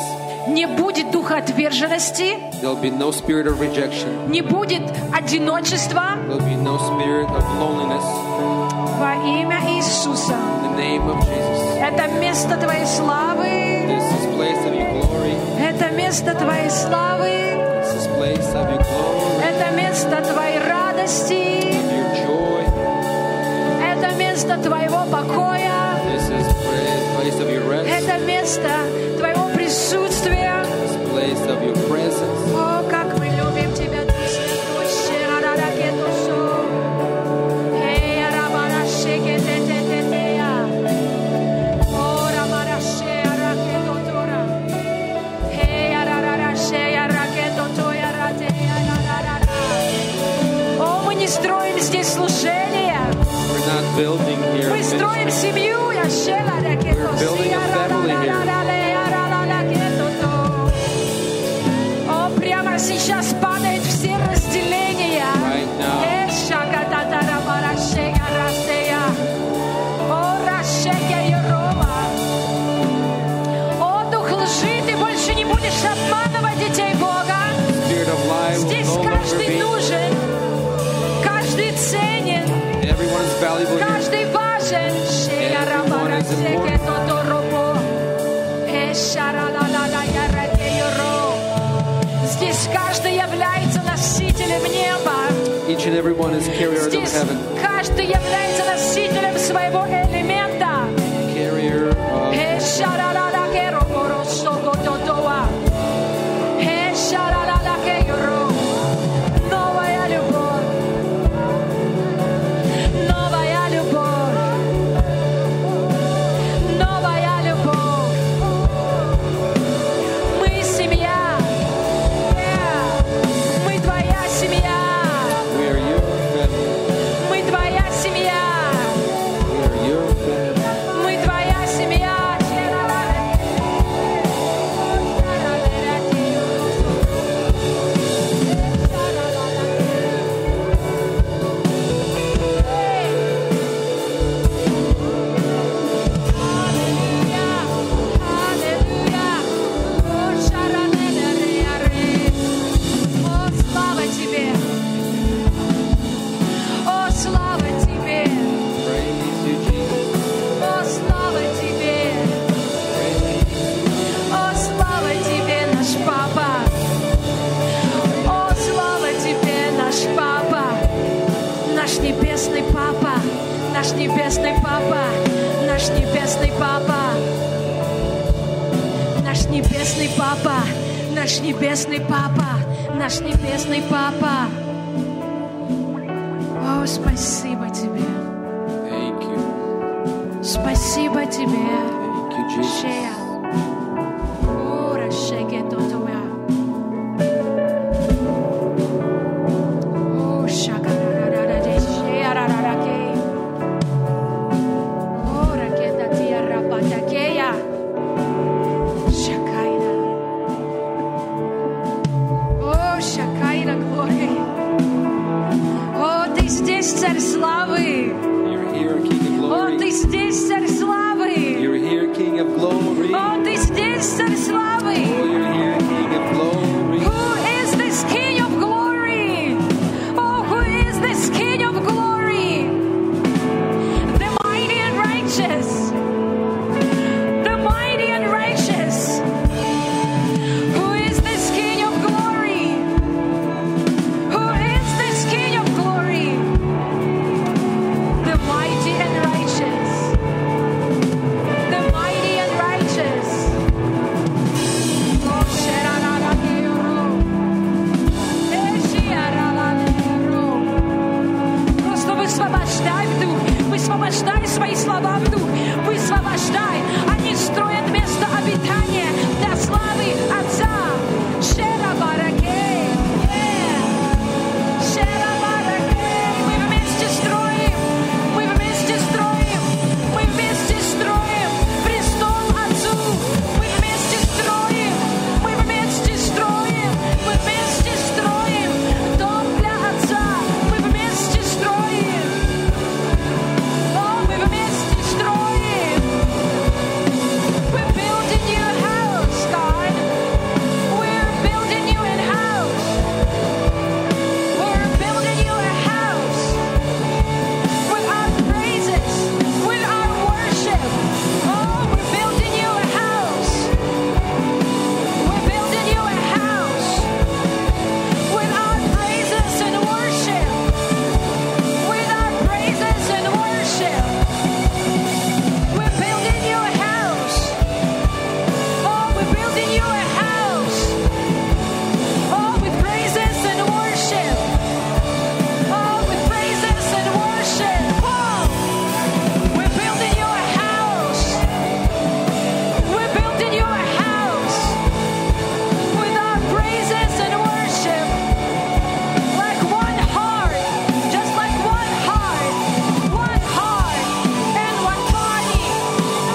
A: не будет духа отверженности,
B: there'll be no spirit of rejection.
A: не будет одиночества
B: There'll be no spirit of loneliness.
A: во имя Иисуса.
B: In the name of Jesus,
A: Это место Твоей славы,
B: this is place of your glory.
A: это место Твоей славы,
B: This is place of your glory.
A: это место Твоей радости,
B: your joy.
A: это место Твоего покоя,
B: This is a place of your rest,
A: это место Твоего присутствия.
B: this place of your presence.
A: О, как мы любим Тебя, Ты святущий, рараракетусу. Эй, арабарашекететететея. О, рабараше, аракетотора. Эй, арарараше, аракетотоя, ратея, рарарара. О, мы не строим здесь служение,
B: We're not building here.
A: мы строим
B: ministry.
A: семью, яшела,
B: We're building a family here.
A: О, прямо сейчас падают все разделения.
B: Right now.
A: Э, шакататарабара, шегарасея. О, рашекеероба. О, дух лжи, ты больше не будешь обманывать детей Бога.
B: Spirit of life
A: Здесь
B: will no longer
A: каждый
B: be.
A: нужен, каждый ценен.
B: Everyone is valuable here.
A: Каждый важен. Шеярамара, секетоторопо. Э, Эшаралалала, яратеюро. Здесь каждый является носителем неба.
B: Each and everyone is carrier of
A: Здесь
B: heaven,
A: каждый является носителем своего элемента.
B: carrier of
A: Эшаралалакеропоро, сокототоа. Эшаралалакеюро. Новая любовь. Новая любовь. Новая любовь. Мы семья. Yeah. Мы твоя семья.
B: we are your family,
A: Мы твоя семья.
B: we are your
A: Oh, Oh, Oh, небесный папа, наш небесный папа, наш небесный папа, наш небесный папа, наш небесный папа. О, спасибо тебе,
B: Thank you.
A: спасибо тебе.
B: Thank you, Jesus.
A: Shea. Ora sheke totoya. Oh, shakararara de shea rarara ke. Ora ke tatia rapata keya. Shakaira. О, Шакайра, Глория. О, ты здесь, царь славы!
B: You're here, King of
A: О, ты
B: glory.
A: здесь, царь славы!
B: You're here, King of glory. Oh,
A: О, ты здесь, царь славы!
B: you're here, King of glory.
A: Who is this King of glory? Oh, who is this King of glory? The mighty and righteous. The mighty and righteous. Who is this King of glory? Who is this King of glory? The mighty and righteous. The mighty and righteous. Просто высвобождай вдруг, высвобождай свои слова вдруг, высвобождай. Они строят место обитания для славы Отца. Шерабаракей, yeah. Шерабаракей. Мы вместе строим, мы вместе строим, мы вместе строим престол Отцу. Мы вместе строим, мы вместе строим, мы вместе строим дом для Отца. Мы вместе строим, О, мы вместе строим. We're building you a house, God. We're building you a house. We're building you a house. With our praises, with our worship. Oh, we're building you a house. We're building you a house. With our praises and worship. With our praises and worship. We're building you a house. Oh, we're building you a house. Oh, with praises and worship. Oh, with praises and worship. Oh, we're building you a house. We're building you a house. With our praises and worship. Like one heart, just like one heart, one heart and one body,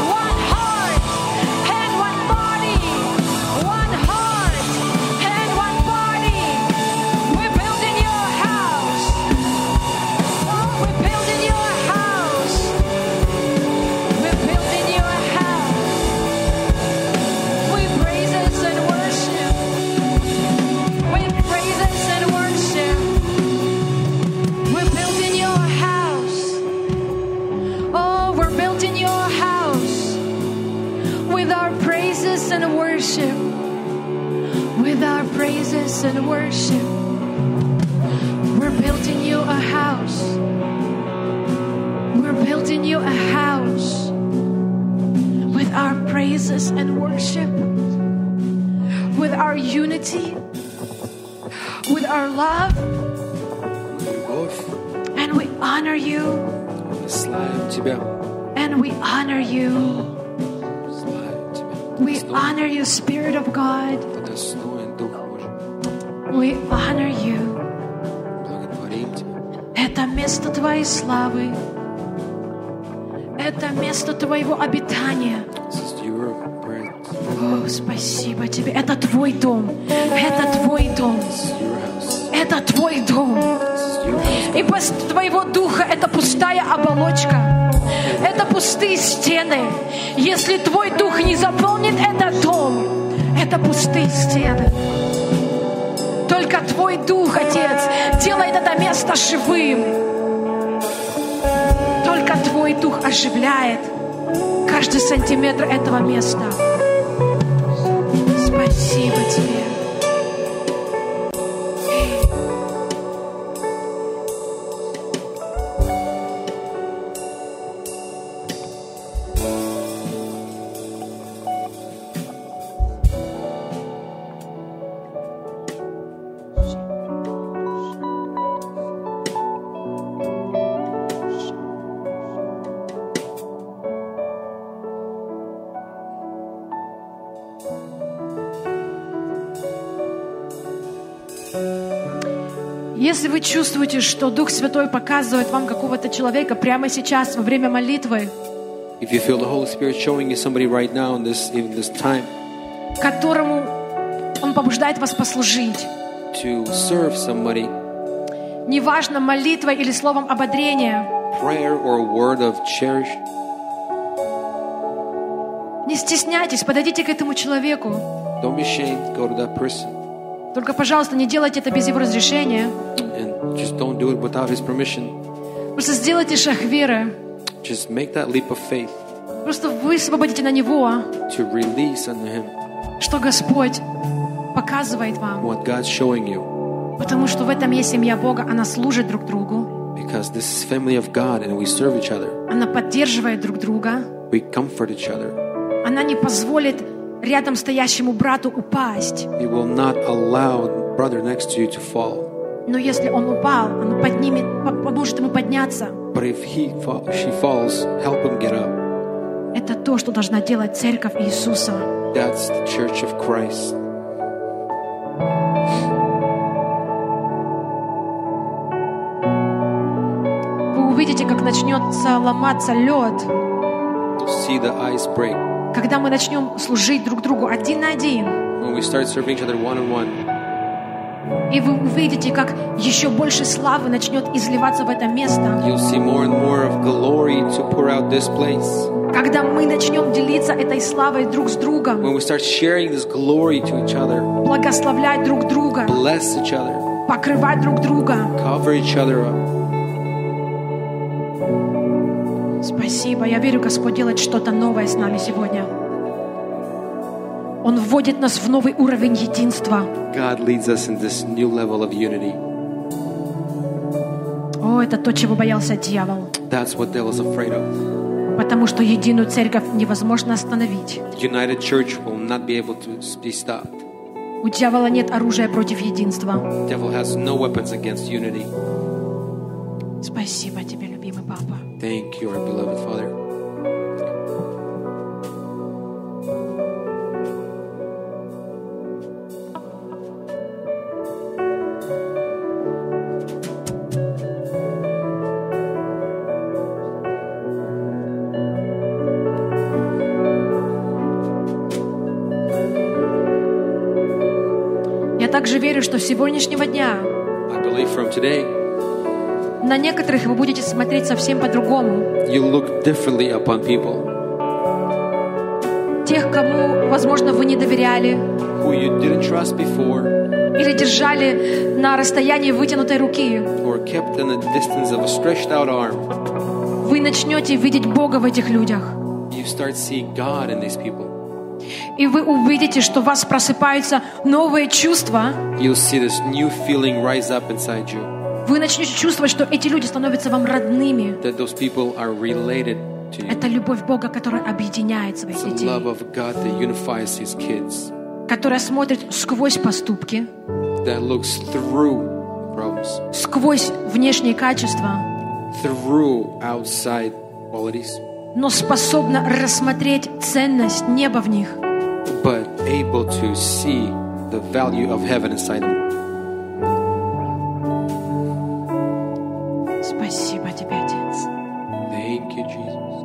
A: one heart and one body, one heart and one body. We're building your house. Oh, we're building your house. We're building your house. With praises and worship. With praises and worship. We're building your house. Oh, we're building your house. With our praises and worship. With our praises and worship. We're building you a house. We're building you a house. With our praises and worship. With our unity. With our love.
B: Любовь,
A: And we honor you.
B: мы славим тебя.
A: And we honor you.
B: Славим тебя.
A: We
B: Достоин,
A: honor you, Spirit of God.
B: Ты достоин, Дух Божий.
A: We honor you.
B: Благодарим тебя.
A: Это место Твоей славы. Это место Твоего обитания.
B: This is your presence.
A: О, спасибо Тебе. Это Твой дом. Это Твой дом.
B: This is your house.
A: Это Твой дом.
B: This is your house.
A: И без Твоего Духа это пустая оболочка. Это пустые стены. Если Твой Дух не заполнит этот дом, это пустые стены. Только Твой Дух, Отец, делает это место живым. Только Твой Дух оживляет каждый сантиметр этого места. Спасибо Тебе. Если вы чувствуете, что Дух Святой показывает вам какого-то человека прямо сейчас, во время молитвы,
B: If you feel the Holy Spirit showing you somebody right now in this in this time
A: которому Он побуждает вас послужить,
B: to serve somebody,
A: неважно, молитвой или словом ободрения,
B: prayer or a word of cherish,
A: не стесняйтесь, подойдите к этому человеку.
B: don't be ashamed. Go to that person
A: Только, пожалуйста, не делайте это без его разрешения.
B: and just don't do it without his permission.
A: Просто сделайте шаг веры.
B: Just make that leap of faith
A: Просто высвободите на него,
B: to release unto him
A: что Господь показывает вам.
B: what God's showing you,
A: Потому что в этом есть семья Бога. Она служит друг другу.
B: because this is family of God and we serve each other.
A: Она поддерживает друг друга.
B: We comfort each other.
A: Она не позволит рядом стоящему брату упасть.
B: You will not allow brother next to you to fall,
A: Но если он упал, она поднимет, по- поможет ему подняться.
B: but if he fall, she falls, help him get up.
A: Это то, что должна делать церковь Иисуса.
B: That's the Church of Christ.
A: Вы увидите, как начнется ломаться лед,
B: You'll see the ice break
A: когда мы начнем служить друг другу один на один.
B: when we start serving each other one on one.
A: И вы увидите, как еще больше славы начнет изливаться в это место,
B: You'll see more and more of glory to pour out this place.
A: когда мы начнем делиться этой славой друг с другом,
B: When we start sharing this glory to each other,
A: благословлять друг друга,
B: bless each other,
A: покрывать друг друга.
B: cover each other up.
A: Спасибо. Я верю, Господь делает что-то новое с нами сегодня. Он вводит нас в новый уровень единства.
B: God leads us in this new level of unity.
A: О, это то, чего боялся дьявол.
B: That's what devil's afraid of.
A: Потому что единую церковь невозможно остановить.
B: United Church will not be able to be stopped.
A: У дьявола нет оружия против единства.
B: Devil has no weapons against unity.
A: Спасибо тебе, любимый папа.
B: Thank you, our beloved Father.
A: Я также верю, что с сегодняшнего дня
B: I believe from today,
A: на некоторых вы будете смотреть совсем по-другому.
B: you look differently upon people
A: Тех, кому, возможно, вы не доверяли
B: who you didn't trust before.
A: или держали на расстоянии вытянутой руки.
B: or kept in the distance of a stretched out arm,
A: Вы начнете видеть Бога в этих людях.
B: you start seeing God in these people.
A: И вы увидите, что у вас просыпаются новые чувства.
B: You'll see this new feeling rise up inside you
A: Вы начнете чувствовать, что эти люди становятся вам родными.
B: that those people are related to you.
A: Это любовь Бога, которая объединяет своих
B: It's the
A: детей,
B: love of God that unifies His kids,
A: которая смотрит сквозь поступки,
B: that looks through problems,
A: сквозь внешние качества,
B: through outside qualities,
A: но способна рассмотреть ценность неба в них.
B: but able to see the value of heaven inside them.
A: Спасибо тебе, Отец.
B: Thank you, Jesus.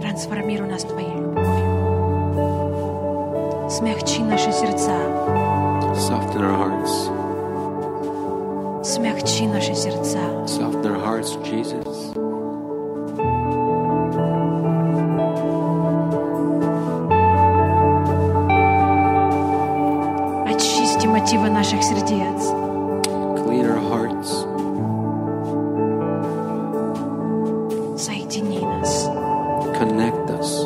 A: Трансформируй нас Твоей любовью. Смягчи наши сердца.
B: Soften our hearts.
A: Смягчи наши сердца.
B: Soften our hearts, Jesus.
A: Очисти мотивы наших сердец.
B: Clean our hearts.
A: Соедини нас.
B: Connect us.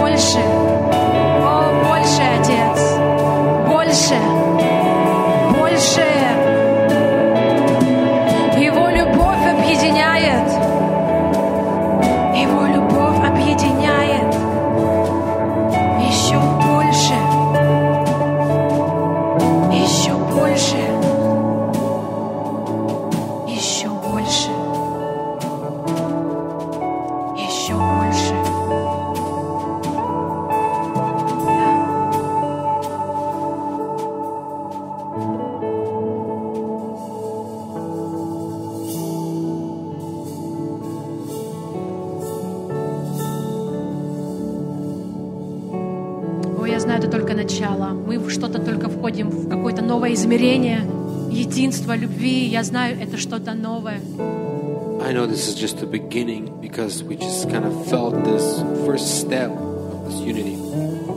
A: Больше. О, больше, Отец. Больше. Больше. Его любовь объединяет. Его любовь объединяет. Еще больше. Еще больше. Еще больше. Еще больше. Ой, я знаю, это только начало. Мы в что-то только входим, в какое-то новое измерение, единство, любви. Я знаю, это что-то новое.
B: I know this is just the beginning because we just kind of felt this first step of this unity. Oh,